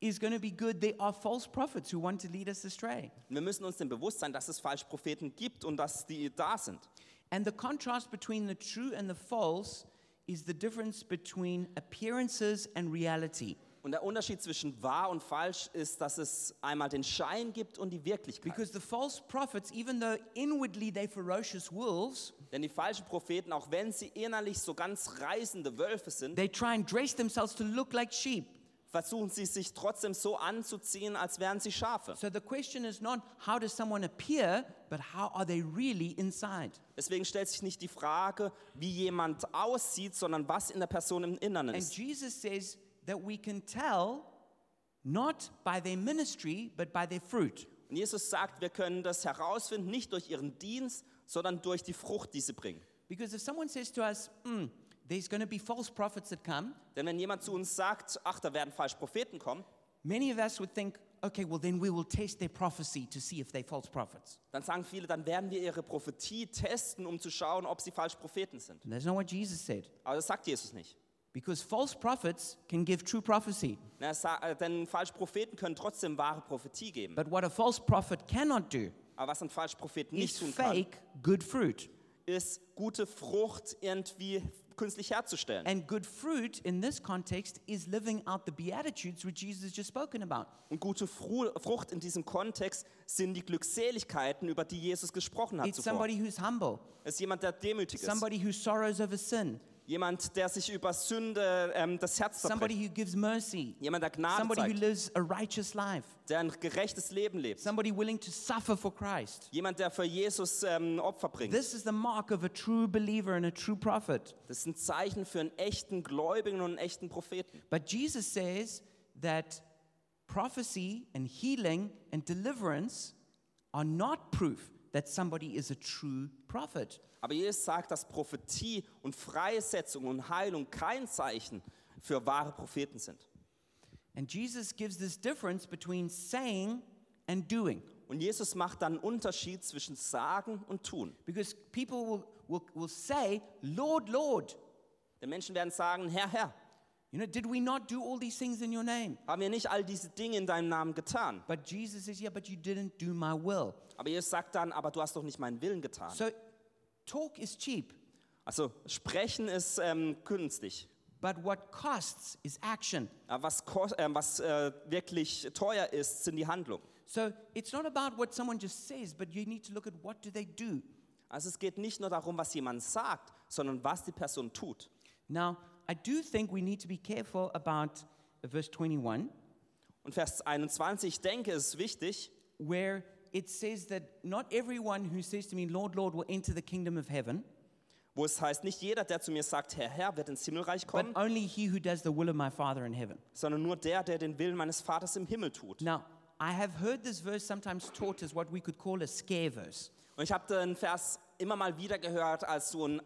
is going to be good. There are false prophets who want to lead us astray. Und wir müssen uns dem bewusst sein, dass es falsche Propheten gibt und dass die da sind. And the contrast between the true and the false is the difference between appearances and reality. Und der Unterschied zwischen wahr und falsch ist, dass es einmal den Schein gibt und die Wirklichkeit. Because the false prophets, even though inwardly they're ferocious wolves, Denn die falschen Propheten, auch wenn sie innerlich so ganz reißende Wölfe sind, they try and dress themselves to look like sheep. versuchen sie sich trotzdem so anzuziehen, als wären sie Schafe. So the question is not how does someone appear, but how are they really inside? Deswegen stellt sich nicht die Frage, wie jemand aussieht, sondern was in der Person im Inneren And ist. Jesus says that we can tell not by their ministry, but by their fruit. Und Jesus sagt, wir können das herausfinden, nicht durch ihren Dienst, sondern durch die Frucht, die sie bringen. Because if someone says to us, "Mm, there's going to be false prophets that come, Denn wenn jemand zu uns sagt, ach, da werden falsche Propheten kommen, many of us would think, okay, well, then we will test their prophecy to see if they're false prophets. dann sagen viele, dann werden wir ihre Prophetie testen, um zu schauen, ob sie falsche Propheten sind. And that's not what Jesus said. Aber das sagt Jesus nicht. Because false prophets can give true prophecy. Na, er sa- äh, Denn falsche Propheten können trotzdem wahre Prophetie geben. But what a false prophet cannot do Aber was ein falscher Prophet is nicht tun kann, fake good fruit. ist gute Frucht irgendwie künstlich herzustellen. And good fruit in this context is living out the Beatitudes which Jesus has just spoken about. Und gute Fru Frucht in diesem Kontext sind die Glückseligkeiten, über die Jesus gesprochen hat It's zuvor. somebody who's humble, Es ist jemand, der demütig ist. somebody who sorrows over sin, Jemand, der sich über Sünde ähm, das Herz somebody zerbringt. who gives mercy, Jemand, der Gnade somebody who zeigt, lives a righteous life, der ein gerechtes Leben lebt. somebody willing to suffer for Christ. Jemand, der für Jesus ähm, Opfer bringt. This is the mark of a true believer and a true prophet. Das sind Zeichen für einen echten Gläubigen und einen echten Propheten. But Jesus says that prophecy and healing and deliverance are not proof that somebody is a true prophet. Aber Jesus sagt, dass Prophetie und Freisetzung und Heilung kein Zeichen für wahre Propheten sind. And Jesus gives this difference between saying and doing. Und Jesus macht dann einen Unterschied zwischen Sagen und Tun. Because people will, will, will say, Lord, Lord, Denn Menschen werden sagen, Herr, Herr, you know, did we not do all these things in your name? haben wir nicht all diese Dinge in deinem Namen getan? But Jesus says, yeah, but you didn't do my will. Aber Jesus sagt dann, aber du hast doch nicht meinen Willen getan. So talk is cheap, Also sprechen ist ähm, günstig. but what costs is action. Aber was, kos- äh, was äh, wirklich teuer ist, sind die Handlungen. So it's not about what someone just says, but you need to look at what do they do. Also es geht nicht nur darum, was jemand sagt, sondern was die Person tut. Now, I do think we need to be careful about verse 21, Und Vers 21, ich denke, ist wichtig, where it says that not everyone who says to me, Lord, Lord, will enter the kingdom of heaven, wo es heißt, nicht jeder, der zu mir sagt, Herr, Herr, wird ins Himmelreich but kommen, only he who does the will of my Father in heaven. sondern nur der, der den Willen meines Vaters im Himmel tut. Now, I have heard this verse sometimes taught as what we could call a scare verse. Und ich habe den Vers immer mal wieder gehört als so einen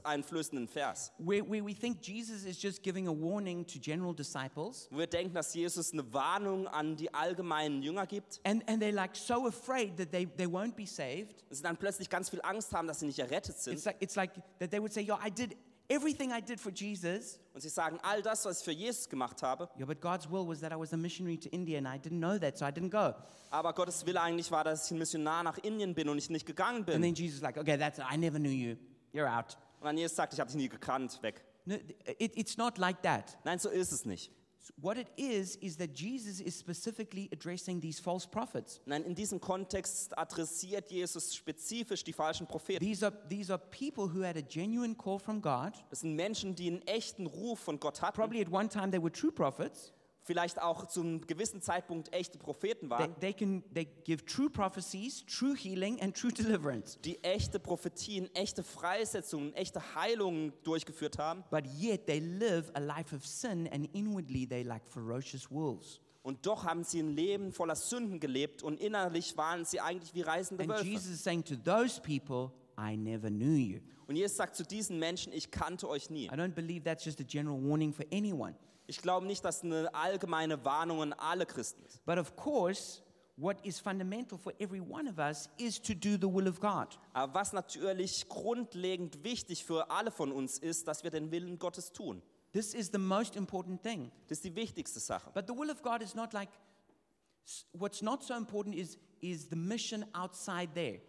angsteinflößenden Vers. where, where we think Jesus is just giving a warning to general disciples, Wo wir denken, dass Jesus eine Warnung an die allgemeinen Jünger gibt. and, and they're like so afraid that they, they won't be saved. Und sie dann plötzlich ganz viel Angst haben, dass sie nicht errettet sind. It's like, it's like that they would say, Yo, I did everything I did for Jesus. Und sie sagen, all das, was ich für Jesus gemacht habe, Yeah, but God's will was that I was a missionary to India and I didn't know that, so I didn't go. aber Gottes Wille eigentlich war, dass ich ein Missionar nach Indien bin und ich nicht gegangen bin. And then Jesus is like, Okay, that's it. I never knew you. You're out. Und dann Jesus sagt, ich habe dich nie gekannt, weg. No, th- it, it's not like that. Nein, so ist es nicht. What it is, is that Jesus is specifically addressing these false prophets. Nein, in diesem Kontext adressiert Jesus spezifisch die falschen Propheten. These are, these are people who had a genuine call from God. Das sind Menschen, die einen echten Ruf von Gott hatten, Probably at one time they were true prophets. vielleicht auch zu einem gewissen Zeitpunkt echte Propheten They, waren, they can they give true prophecies, true healing, and true deliverance. die echte Prophetien, echte Freisetzungen, echte Heilungen durchgeführt haben. But yet they live a life of sin, and inwardly they like ferocious wolves. Und doch haben sie ein Leben voller Sünden gelebt und innerlich waren sie eigentlich wie reißende And Wölfe. Jesus is saying to those people, "I never knew you." Und Jesus sagt zu diesen Menschen, ich kannte euch nie. I don't believe that's just a general warning for anyone. Ich glaube nicht, dass eine allgemeine Warnung an alle Christen ist. But of course, what is fundamental for every one of us is to do the will of God. Aber was natürlich grundlegend wichtig für alle von uns ist, dass wir den Willen Gottes tun. This is the most important thing. Das ist die wichtigste Sache. But the will of God is not like s- what's not so important is is the mission outside there.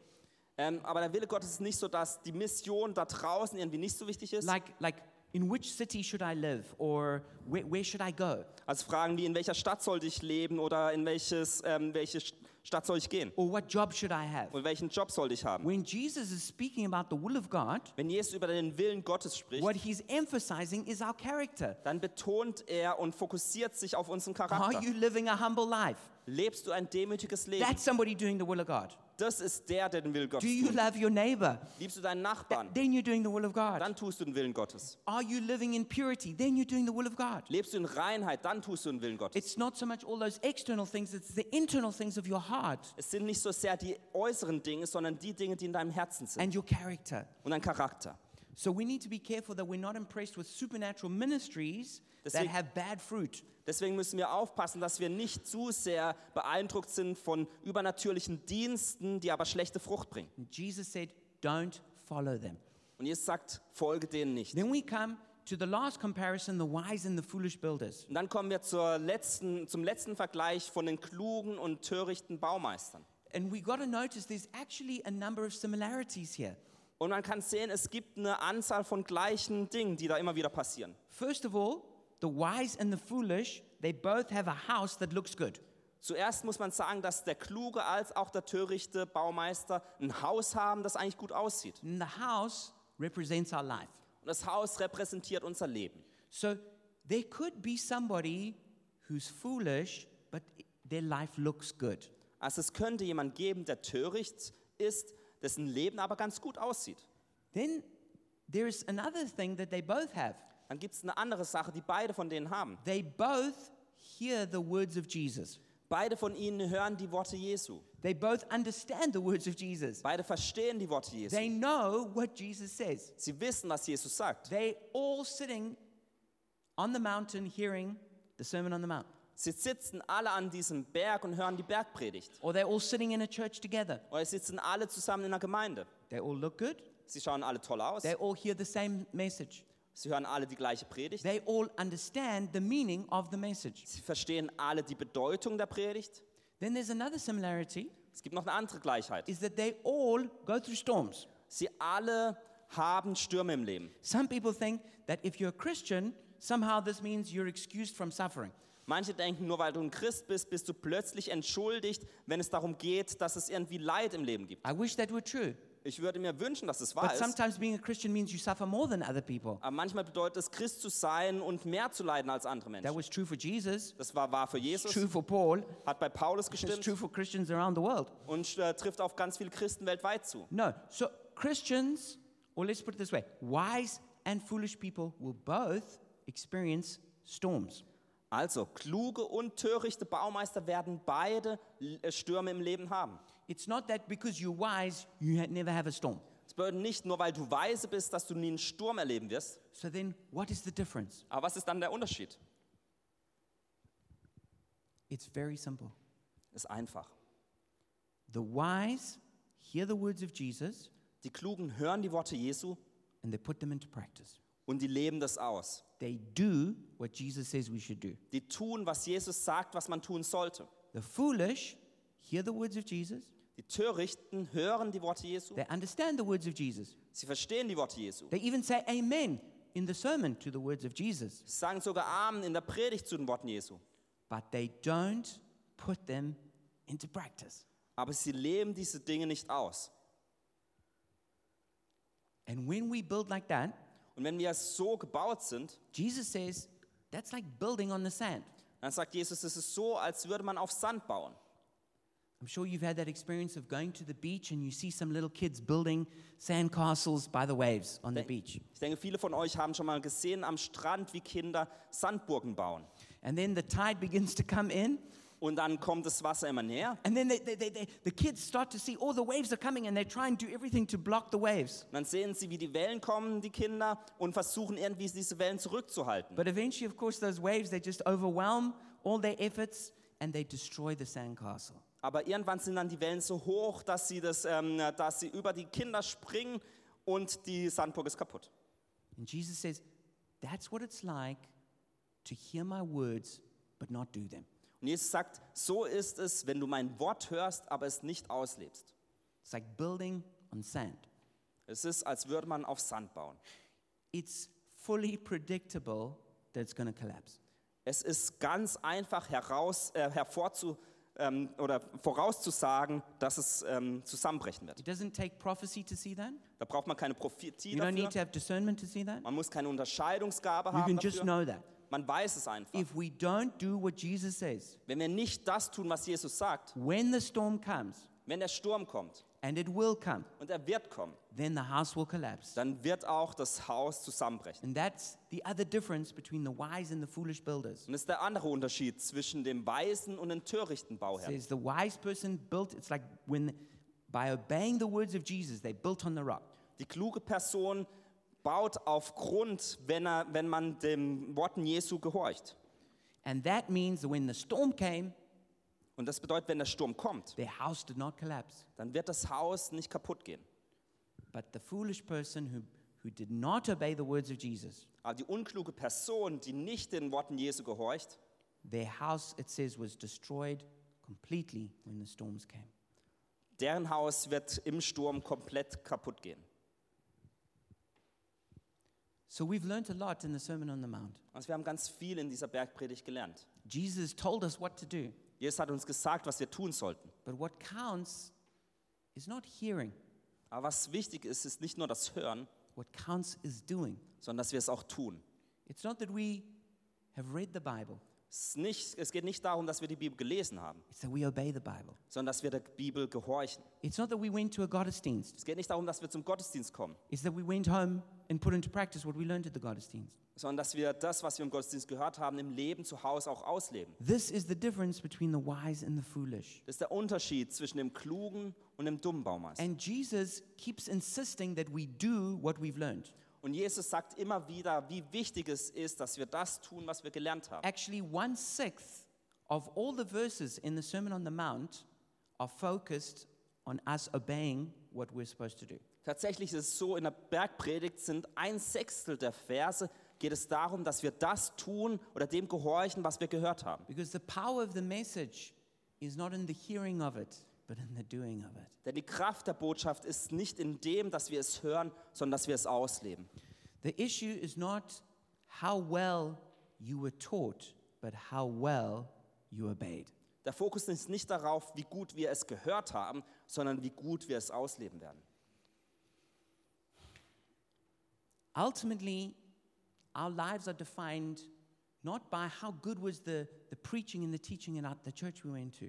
Ähm, aber der Wille Gottes ist nicht so, dass die Mission da draußen irgendwie nicht so wichtig ist. like like in which city should i live or where, where should i go Also Fragen wie, in welcher Stadt sollte ich leben oder in welches, ähm, welche St- Stadt soll ich gehen? or what job should i have Und welchen Job sollte ich haben? when jesus is speaking about the will of god Wenn Jesus über den Willen Gottes spricht, what he's emphasizing is our character dann betont er und fokussiert sich auf unseren are Charakter. you living a humble life Lebst du ein demütiges Leben? that's somebody doing the will of god Das ist der, der den Willen do Gottes you tut. love your neighbor Liebst du deinen Th- Nachbarn? then you're doing the will of god Dann tust du den Willen Gottes. are you living in purity then you're doing the will of god Lebst du in Reinheit? Dann tust du den Willen Gottes. it's not so much all those external things it's the internal things of your heart Es sind nicht so sehr die äußeren Dinge, sondern die Dinge, die in deinem Herzen sind and your character und dein Charakter. So we need to be careful that we're not impressed with supernatural ministries that Deswegen- have bad fruit. Deswegen müssen wir aufpassen, dass wir nicht zu sehr beeindruckt sind von übernatürlichen Diensten, die aber schlechte Frucht bringen. And Jesus said, don't follow them. Und Jesus sagt, folge denen nicht. Then we come to the last comparison the wise and the foolish builders. Und dann kommen wir zur letzten, zum letzten Vergleich von den klugen und törichten Baumeistern. And we got to notice there's actually a number of similarities here. Und man kann sehen, es gibt eine Anzahl von gleichen Dingen, die da immer wieder passieren. First of all, the wise and the foolish, they both have a house that looks good. Zuerst muss man sagen, dass der kluge als auch der törichte Baumeister ein Haus haben, das eigentlich gut aussieht. And the house represents our life. Und das Haus repräsentiert unser Leben. So there could be somebody who's foolish, but their life looks good. Also es könnte jemand geben, der töricht ist, dessen Leben aber ganz gut aussieht. Then there's another thing that they both have. Dann gibt es eine andere Sache, die beide von denen haben. They both hear the words of Jesus. Beide von ihnen hören die Worte Jesu. They both understand the words of Jesus. Beide verstehen die Worte Jesu. They know what Jesus says. Sie wissen, was Jesus sagt. They all sitting on the mountain hearing the Sermon on the Mount. Sie sitzen alle an diesem Berg und hören die Bergpredigt. Or they're all sitting in a church together. Oder sie sitzen alle zusammen in einer Gemeinde. They all look good. Sie schauen alle toll aus. They all hear the same message. Sie hören alle die gleiche Predigt. They all understand the meaning of the message. Sie verstehen alle die Bedeutung der Predigt. Then there's another similarity Es gibt noch eine andere Gleichheit. is that they all go through storms. Sie alle haben Stürme im Leben. Some people think that if you're a Christian, somehow this means you're excused from suffering. Manche denken, nur weil du ein Christ bist, bist du plötzlich entschuldigt, wenn es darum geht, dass es irgendwie Leid im Leben gibt. I wish that were true. Ich würde mir wünschen, dass es wahr But ist. sometimes being a Christian means you suffer more than other people. Aber manchmal bedeutet es, Christ zu sein und mehr zu leiden als andere That Menschen. was true for Jesus, Das war wahr für it's true Jesus, for Paul, hat bei Paulus it's gestimmt true for Christians around the world. und äh, trifft auf ganz viele Christen weltweit zu. No, so Christians, or let's put it this way wise and foolish people will both experience storms. Also, kluge und törichte Baumeister werden beide äh, Stürme im Leben haben. It's not that because you're wise, you ha- never have a storm. Es bedeutet nicht nur, weil du weise bist, dass du nie einen Sturm erleben wirst. So then, what is the difference? Aber was ist dann der Unterschied? It's very simple. Ist einfach. The wise hear the words of Jesus Die Klugen hören die Worte Jesu and they put them into practice. und die leben das aus. They do what Jesus says we should do. Die tun, was Jesus sagt, was man tun sollte. The foolish hear the words of Jesus, Die Törichten hören die Worte Jesu. they understand the words of Jesus. Sie verstehen die Worte Jesu. They even say amen in the sermon to the words of Jesus, Sie sagen sogar Amen in der Predigt zu den Worten Jesu. but they don't put them into practice. Aber sie leben diese Dinge nicht aus. And when we build like that, Und wenn wir so gebaut sind, Jesus says that's like building on the sand. dann sagt Jesus, es ist so, als würde man auf Sand bauen. I'm sure you've had that experience of going to the beach and you see some little kids building sandcastles by the waves on the beach. Ich denke, viele von euch haben schon mal gesehen am Strand, wie Kinder Sandburgen bauen. And then the tide begins to come in, Und dann kommt das Wasser immer näher. and then they, they, they, they, the kids start to see, oh, the waves are coming, and they try and do everything to block the waves. Und dann sehen sie, wie die Wellen kommen, die Kinder, und versuchen irgendwie diese Wellen zurückzuhalten. But eventually, of course, those waves, they just overwhelm all their efforts and they destroy the sandcastle. Aber irgendwann sind dann die Wellen so hoch, dass sie, das, ähm, dass sie über die Kinder springen und die Sandburg ist kaputt. And Jesus says, that's what it's like to hear my words but not do them. Und Jesus sagt, so ist es, wenn du mein Wort hörst, aber es nicht auslebst. It's like building on sand. Es ist, als würde man auf Sand bauen. It's fully predictable that it's going to collapse. Es ist ganz einfach heraus, äh, hervorzu, ähm, oder vorauszusagen, dass es ähm, zusammenbrechen wird. It doesn't take prophecy to see that. Da braucht man keine Prophetie You don't dafür. need to have discernment to see that. Man muss keine Unterscheidungsgabe You haben can just dafür. know that. Man weiß es einfach. If we don't do what Jesus says, Wenn wir nicht das tun, was Jesus sagt, when the storm comes, wenn der Sturm kommt and it will come, und er wird kommen, then the house will collapse. dann wird auch das Haus zusammenbrechen. And that's the other difference between the wise and the foolish builders. Und das ist der andere Unterschied zwischen dem weisen und dem törichten It Bauherrn. says the wise person built, it's like when, by obeying the words of Jesus, they built on the rock. Die kluge Person baut aufgrund, wenn, er, wenn man den Worten Jesu gehorcht. And that means that when the storm came, Und das bedeutet, wenn der Sturm kommt, their house did not collapse. dann wird das Haus nicht kaputt gehen. But the foolish person who, who did not obey the words of Jesus, Aber die unkluge Person, die nicht den Worten Jesu gehorcht, their house, it says, was destroyed completely when the storms came. deren Haus wird im Sturm komplett kaputt gehen. So we've learnt a lot in the Sermon on the Mount. Also wir haben ganz viel in dieser Bergpredigt gelernt. Jesus told us what to do, Jesus hat uns gesagt, was wir tun sollten. but what counts is not hearing, Aber was wichtig ist, ist nicht nur das Hören, what counts is doing. sondern dass wir es auch tun. It's not that we have read the Bible, Es, ist nicht, es geht nicht darum, dass wir die Bibel gelesen haben, it's that we obey the Bible. sondern dass wir der Bibel gehorchen. It's not that we went to a Gottesdienst, Es geht nicht darum, dass wir zum Gottesdienst kommen, it's that we went home and put into practice what we learned at the Gottesdienst. sondern dass wir das, was wir im Gottesdienst gehört haben, im Leben zu Hause auch ausleben. This is the difference between the wise and the foolish. Das ist der Unterschied zwischen dem klugen und dem dummen Baumeister. And Jesus keeps insisting that we do what we've learned. Und Jesus sagt immer wieder, wie wichtig es ist, dass wir das tun, was wir gelernt haben. Actually, one sixth of all the verses in the Sermon on the Mount are focused on us obeying what we're supposed to do. Tatsächlich ist es so, in der Bergpredigt sind ein Sechstel der Verse, geht es darum, dass wir das tun oder dem gehorchen, was wir gehört haben. Because the power of the message is not in the hearing of it, but in the doing of it. Denn die Kraft der Botschaft ist nicht in dem, dass wir es hören, sondern dass wir es ausleben. The issue is not how well you were taught, but how well you obeyed. Der Fokus ist nicht darauf, wie gut wir es gehört haben, sondern wie gut wir es ausleben werden. Ultimately, our lives are defined not by how good was the, the preaching and the teaching in our, the church we went to,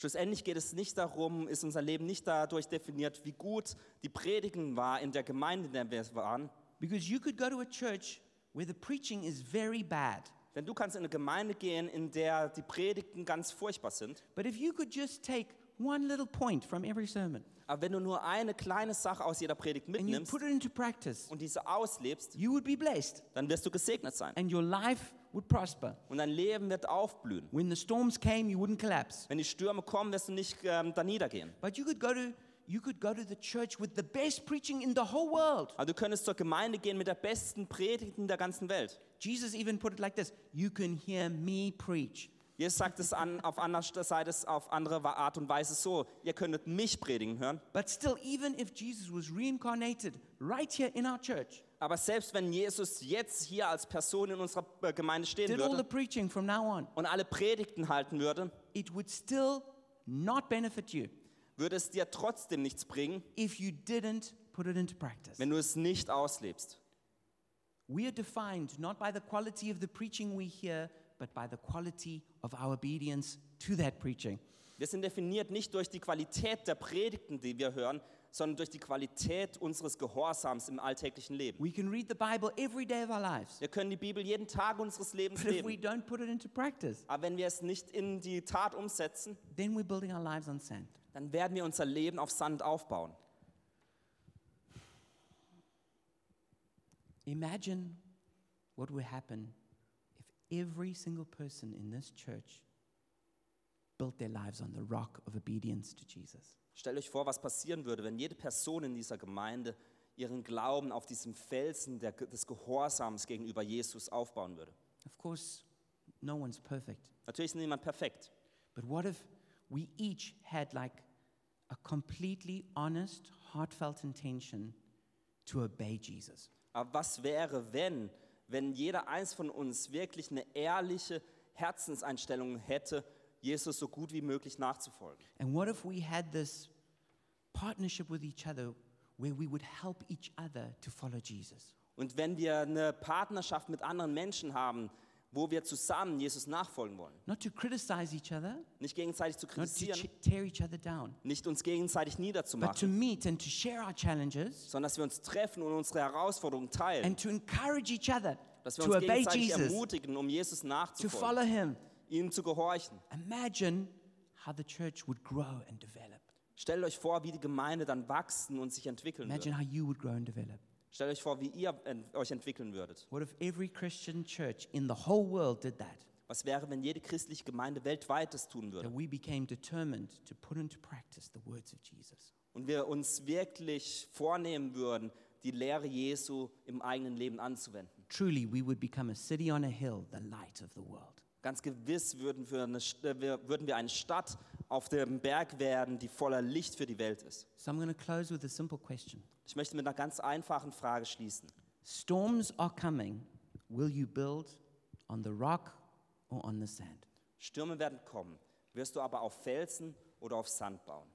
Schlussendlich geht es nicht darum, ist unser Leben nicht dadurch definiert, wie gut die Predigen war in der Gemeinde, in der wir waren. because you could go to a church where the preaching is very bad, Denn du kannst in eine Gemeinde gehen, in der die Predigten ganz furchtbar sind. but if you could just take one little point from every sermon Aber wenn du nur eine kleine Sache aus jeder Predigt and you mitnimmst put it into practice, und diese auslebst, you would be blessed dann wirst du gesegnet sein. and your life would prosper. Und dein Leben wird aufblühen. When the storms came, you wouldn't collapse. Wenn die Stürme kommen, wirst du nicht ähm, da niedergehen. But you could go to you could go to the church with the best preaching in the whole world. Aber du könntest zur Gemeinde gehen mit der besten Predigt in der ganzen Welt. Jesus even put it like this: You can hear me preach. Jesus sagt es an, auf anderer Seite, auf andere Art und Weise so. Ihr könntet mich predigen hören. But still, even if Jesus was reincarnated right here in our church, Aber selbst wenn Jesus jetzt hier als Person in unserer äh, Gemeinde stehen did all the würde preaching from now on, und alle Predigten halten würde, it would still not benefit you würde es dir trotzdem nichts bringen, if you didn't put it into practice. wenn du es nicht auslebst. We are defined not by the quality of the preaching we hear, but by the quality of our obedience to that preaching. Wir sind definiert nicht durch die Qualität der Predigten, die wir hören, sondern durch die Qualität unseres Gehorsams im alltäglichen Leben. We can read the Bible every day of our lives, Wir können die Bibel jeden Tag unseres Lebens but if we leben. don't put it into practice, Aber wenn wir es nicht in die Tat umsetzen, then we're building our lives on sand. dann werden wir unser Leben auf Sand aufbauen. Imagine what would happen if every single person in this church built their lives on the rock of obedience to Jesus. Stellt euch vor, was passieren würde, wenn jede Person in dieser Gemeinde ihren Glauben auf diesem Felsen der, des Gehorsams gegenüber Jesus aufbauen würde. Of course, no one's perfect, Natürlich ist niemand perfekt, but what if we each had like a completely honest, heartfelt intention to obey Jesus? aber was wäre, wenn, wenn jeder eins von uns wirklich eine ehrliche Herzenseinstellung hätte, Jesus so gut wie möglich nachzufolgen? And what if we had this partnership with each other where we would help each other to follow Jesus? Und wenn wir eine Partnerschaft mit anderen Menschen haben, wo wir zusammen Jesus nachfolgen wollen, Not to criticize each other, nicht gegenseitig zu not to kritisieren, ch- tear each other down, nicht uns gegenseitig but to niederzumachen, meet and to share our challenges sondern dass wir uns treffen und unsere Herausforderungen teilen. and to encourage each other dass wir to uns obey gegenseitig Jesus, ermutigen, um Jesus to nachzufolgen, follow him. ihm zu gehorchen. Imagine how the church would grow and develop. Stellt euch vor, wie die Gemeinde dann wachsen und sich entwickeln Imagine wird. how you would grow and develop. Stellt euch vor, wie ihr ent euch entwickeln würdet. What if every Christian church in the whole world did that? Was wäre, wenn jede christliche Gemeinde weltweit das tun That würde we became determined to put into practice the words of Jesus. und wir uns wirklich vornehmen würden, die Lehre Jesu im eigenen Leben anzuwenden? Truly, we would become a city on a hill, the light of the world. Ganz gewiss würden wir, eine, St- äh, wir- würden wir eine Stadt auf dem Berg werden, die voller Licht für die Welt ist. So I'm going to close with a simple question. Ich möchte mit einer ganz einfachen Frage schließen. Storms are coming. Will you build on the rock or on the sand? Stürme werden kommen. Wirst du aber auf Felsen oder auf Sand bauen?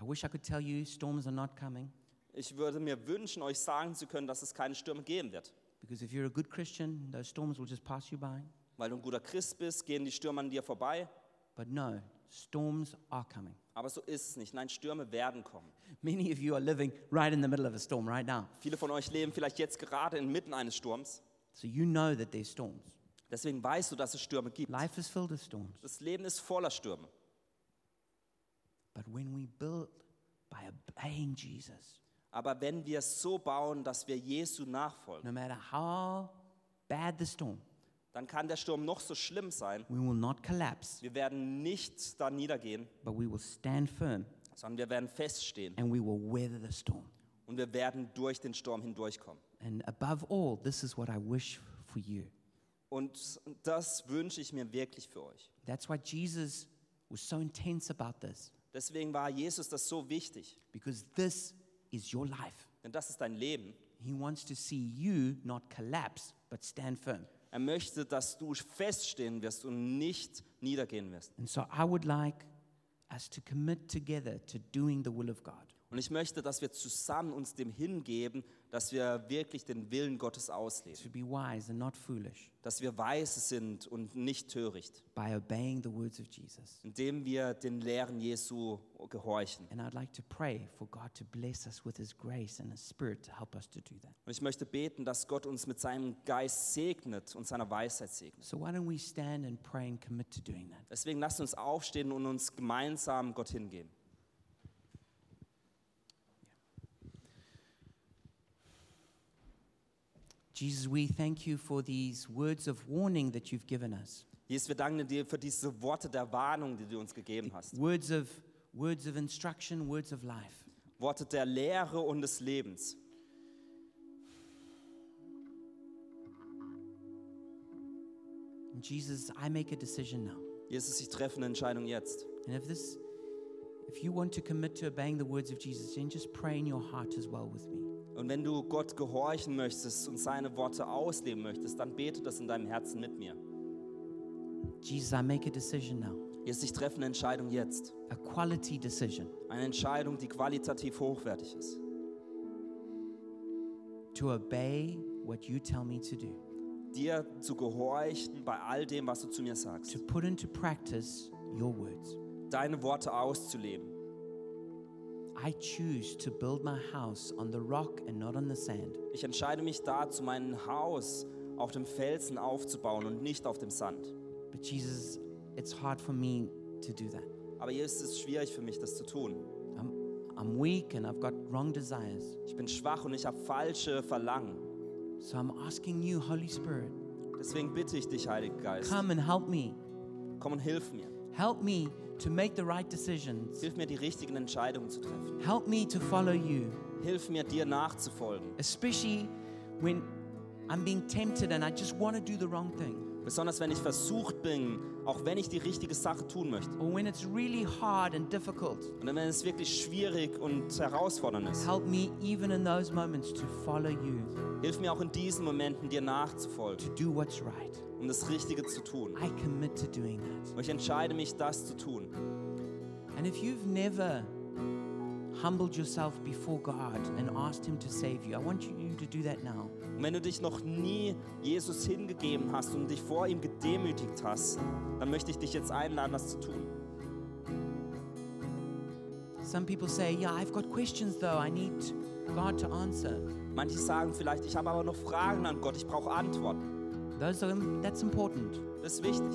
I wish I could tell you storms are not coming Ich würde mir wünschen, euch sagen zu können, dass es keine Stürme geben wird. because if you're a good Christian, those storms will just pass you by. Weil du ein guter Christ bist, gehen die Stürme an dir vorbei. But no, storms are coming. Aber so ist es nicht. Nein, Stürme werden kommen. Many of you are living right in the middle of a storm right now. Viele von euch leben vielleicht jetzt gerade inmitten eines Sturms. So you know that there's storms. Deswegen weißt du, dass es Stürme gibt. Life is filled with storms. Das Leben ist voller Stürme. But when we build by obeying Jesus, Aber wenn wir es so bauen, dass wir Jesu nachfolgen, no matter how bad the storm, dann kann der Sturm noch so schlimm sein. we will not collapse, Wir werden nicht da niedergehen, but we will stand firm sondern wir werden feststehen and we will weather the storm. und wir werden durch den Sturm hindurchkommen. And above all, this is what I wish for you. Und das wünsche ich mir wirklich für euch. That's why Jesus was so intense about this, Deswegen war Jesus das so wichtig, because this is your life. denn das ist dein Leben. He wants to see you not collapse, but stand firm. Er möchte, dass du feststehen wirst und nicht niedergehen wirst. And so I would like us to commit together to doing the will of God. Und ich möchte, dass wir zusammen uns dem hingeben, dass wir wirklich den Willen Gottes ausleben, to be wise and not foolish dass wir weise sind und nicht töricht, by obeying the words of Jesus. indem wir den Lehren Jesu gehorchen. And I'd like to pray for God to bless us with His grace and His Spirit to help us to do that. Und ich möchte beten, dass Gott uns mit seinem Geist segnet und seiner Weisheit segnet. So why don't we stand and pray and commit to doing that? Deswegen lasst uns aufstehen und uns gemeinsam Gott hingeben. Jesus, we thank you for these words of warning that you've given us. Jesus, wir danken dir für diese Worte der Warnung, die du uns gegeben hast. Words of words of instruction, words of life. Worte der Lehre und des Lebens. And Jesus, I make a decision now. Jesus, ich treffe eine Entscheidung jetzt. And if this if you want to commit to obeying the words of Jesus, then just pray in your heart as well with me. Und wenn du Gott gehorchen möchtest und seine Worte ausleben möchtest, dann bete das in deinem Herzen mit mir. Jesus, I make a decision now. Jesus, ich treffe eine Entscheidung jetzt. A quality decision Eine Entscheidung, die qualitativ hochwertig ist. to obey what you tell me to do. Dir zu gehorchen bei all dem, was du zu mir sagst. to put into practice your words. Deine Worte auszuleben. I choose to build my house on the rock and not on the sand. Ich entscheide mich dazu, mein Haus auf dem Felsen aufzubauen und nicht auf dem Sand. But Jesus, it's hard for me to do that. Aber Jesus, es ist schwierig für mich, das zu tun. I'm, I'm weak and I've got wrong desires. Ich bin schwach und ich habe falsche Verlangen. So I'm asking you, Holy Spirit, Deswegen bitte ich dich, Heiliger Geist, come and help me. komm und hilf mir. Help me to make the right decisions. Hilf mir, die richtigen Entscheidungen zu treffen. Help me to follow you, Hilf mir, dir nachzufolgen. especially when I'm being tempted and I just want to do the wrong thing. Besonders wenn ich versucht bin, auch wenn ich die richtige Sache tun möchte. Or when it's really hard and difficult. Und wenn es wirklich schwierig und herausfordernd ist. Help me, even in those moments, to follow you. Hilf mir auch in diesen Momenten, dir to nachzufolgen, do what's right. um das Richtige zu tun. I commit to doing that. Und ich entscheide mich, das zu tun. And if you've never humbled yourself before God and asked Him to save you, I want you to do that now. Und wenn du dich noch nie Jesus hingegeben hast und dich vor ihm gedemütigt hast, dann möchte ich dich jetzt einladen, das zu tun. Some people say, Yeah, I've got questions though. I need God to answer. Manche sagen vielleicht, ich habe aber noch Fragen an Gott, ich brauche Antworten. Those are, that's important. Das ist wichtig.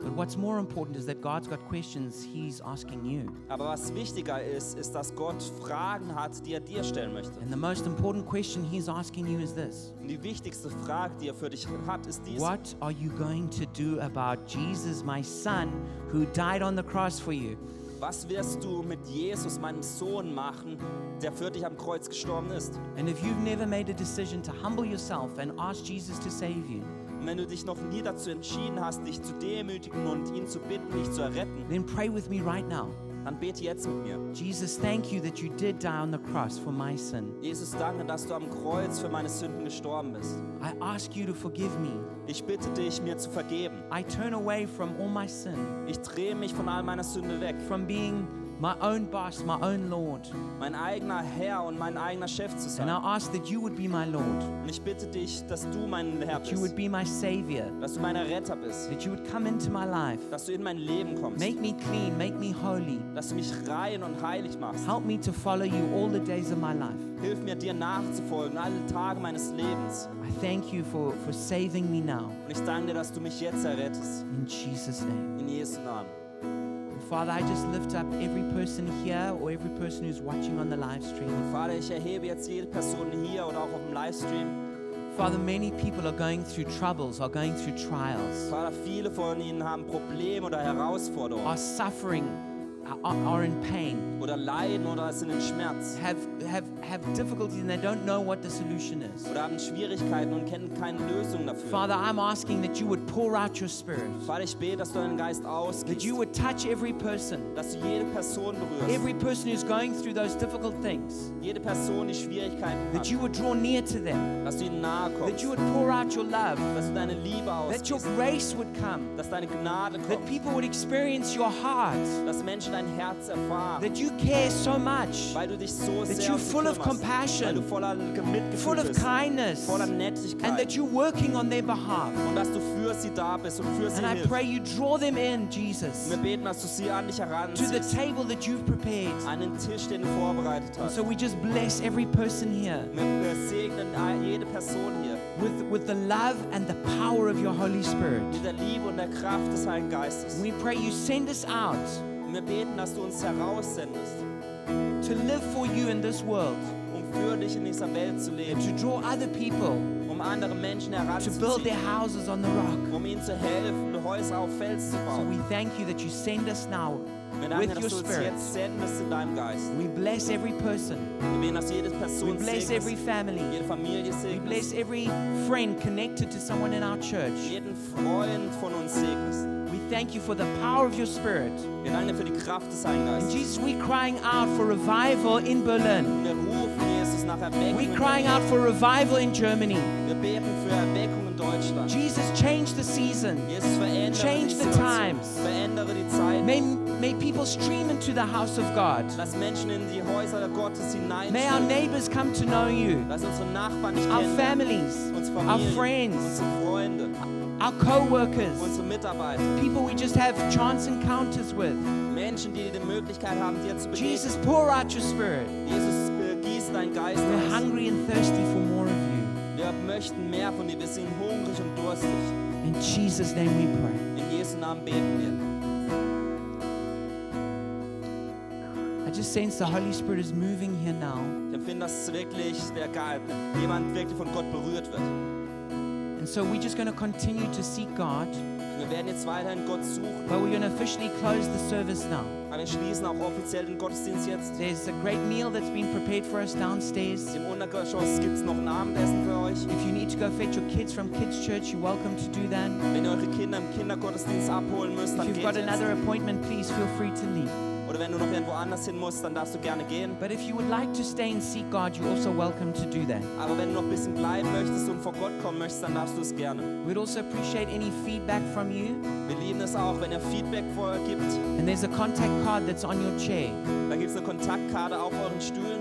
But what's more important is that God's got questions He's asking you. Aber was wichtiger ist, ist, dass Gott Fragen hat, die er dir stellen möchte. And the most important question He's asking you is this Und die wichtigste Frage, die er für dich hat, ist diese. What are you going to do about Jesus, my son, who died on the cross for you? Was wirst du mit Jesus, meinem Sohn, machen, der für dich am Kreuz gestorben ist? And if you've never made a decision to humble yourself and ask Jesus to save you, Und wenn du dich noch nie dazu entschieden hast, dich zu demütigen und ihn zu bitten, dich zu erretten, then pray with me right now. dann bete jetzt mit mir. Jesus, thank you that you did die on the cross for my sin. Jesus, danke, dass du am Kreuz für meine Sünden gestorben bist. I ask you to forgive me. Ich bitte dich, mir zu vergeben. I turn away from all my sin, Ich drehe mich von all meiner Sünde weg. from being my own boss, my own Lord. Mein eigener Herr und mein eigener Chef zu And I sein. ask that you would be my Lord, Und ich bitte dich, dass du mein Herr that you would bist. be my Savior, Dass du mein Retter bist. that you would come into my life, Dass du in mein Leben kommst. make me clean, make me holy. Dass du mich rein und heilig machst. Help me to follow you all the days of my life. Hilf mir, dir nachzufolgen, alle Tage meines Lebens. I thank you for, for saving me now. Und ich danke dir, dass du mich jetzt errettest. In Jesus' name. In Jesu Namen. Father, I just lift up every person here or every person who's watching on the live stream. Vater, ich erhebe jetzt jede Person hier oder auch auf dem Livestream. Father, many people are going through troubles, are going through trials, Vater, viele von ihnen haben Probleme oder Herausforderungen are suffering, are, are in pain, oder leiden oder sind in Schmerz have, have, have difficulties, and they don't know what the solution is. oder haben Schwierigkeiten und kennen keine Lösung dafür. Father, I'm asking that you would pour out your spirit, Vater, ich bete, dass du deinen Geist that you ausgibst, would touch every person, dass du jede Person berührst, every person who's going through those difficult things, jede Person, die Schwierigkeiten that hat, you would draw near to them, dass du ihnen nahe that kommst, you would pour out your love, dass du deine Liebe that your ausgibst, grace would come, dass deine Gnade that kommt, people would experience your heart. dass Menschen dein Herz erfahren, that you care so much, weil du dich so that sehr you're um sie full of kümmerst, compassion, weil du voller Mitgefühl full of bist, kindness, voller and Nettigkeit that you're working on their behalf. und dass du für sie da bist und für sie And I hilfst. pray you draw them in, Wir Jesus, beten, dass du sie an dich to the heranziehst, table that you've prepared. an den Tisch, den du vorbereitet hast. So we just bless every person here Wir wir segnen all- jede Person hier with, with the love and the power of your Holy Spirit. mit der Liebe und der Kraft des Heiligen Geistes. We pray you send us out Wir beten, dass du uns heraussendest, to live for you in this world um für dich in dieser Welt zu and leben, to draw other people um andere Menschen to build their heranzuziehen, houses on the rock. um ihnen zu helfen, Häuser auf Fels zu So bauen. we thank you that you send us now Wir with danken, dass your du uns Spirit. jetzt sendest in deinem Geist. We bless every person. Wir beten, dass jede We Person bless every segnet, family. jede Familie We bless segnet, every friend connected to someone in our church. jeden Freund von uns segnet. We thank you for the power of your Spirit. Wir danken dir für die Kraft des Heiligen And Geistes. Jesus, we're crying out for revival in Berlin. Wir rufen Jesus nach Erweckung. We're in crying out for revival in Germany. Deutschland. Wir beten für Erweckung in Deutschland. Jesus, change the season. Jesus, verändere Change die the Situation. times. Verändere die Zeit. May, may people stream into the house of God. Lass Menschen in die Häuser Gottes hinein. May our neighbors come to know you, Lass unsere Nachbarn dich our kennenlernen. families, Unsere our Familien, friends, unsere Freunde, our co workers, unsere Mitarbeiter. people we just have chance encounters with. Menschen, die die Möglichkeit haben, dir zu begegnen. Jesus, pour out your spirit. Jesus, begieß deinen Geist We're aus. hungry and thirsty for more of you. Wir möchten mehr von dir. Wir sind hungrig und durstig. In Jesus' name we pray. In Jesu Namen beten wir. I just sense the Holy Spirit is moving here now. Ich empfinde, dass wirklich der Geist, jemand wirklich von Gott berührt wird. And so we're just going to continue to seek God, Wir werden jetzt weiterhin Gott suchen, but we're going to officially close the service now. aber wir schließen auch offiziell den Gottesdienst jetzt. There's a great meal that's been prepared for us downstairs. Im Untergeschoss gibt es noch ein Abendessen für euch. If you need to go fetch your kids from kids' church, you're welcome to do that. Wenn ihr eure Kinder im Kindergottesdienst abholen müsst, If dann you've geht got jetzt. another appointment, please feel free to leave. Oder wenn du noch irgendwo anders hin musst, dann darfst du gerne gehen. But if you would like to stay and seek God, you're also welcome to do that. Aber wenn du noch ein bisschen bleiben möchtest und vor Gott kommen möchtest, dann darfst du es gerne. We'd also appreciate any feedback from you. Wir lieben es auch, wenn ihr Feedback vorher gibt. And there's a contact card that's on your chair. Da gibt es eine Kontaktkarte auf euren Stühlen.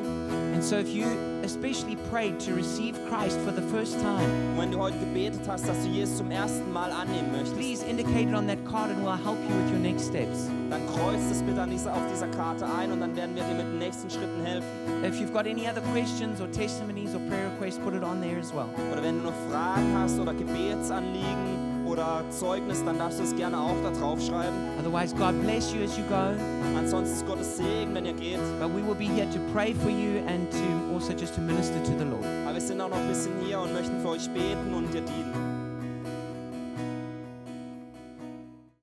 And so if you especially prayed to receive Christ for the first time, Und wenn du heute gebetet hast, dass du Jesus zum ersten Mal annehmen möchtest, please indicate it on that card and we'll help you with your next steps. dann kreuzt es bitte an dieser, auf dieser Karte ein und dann werden wir dir mit den nächsten Schritten helfen. If you've got any other questions or testimonies or prayer requests, put it on there as well. Oder wenn du noch Fragen hast oder Gebetsanliegen oder Zeugnis, dann darfst du es gerne auch da draufschreiben. Otherwise, God bless you as you go. Ansonsten ist Gottes Segen, wenn ihr geht. But we will be here to pray for you and to also just to minister to the Lord. Aber wir sind auch noch ein bisschen hier und möchten für euch beten und dir dienen.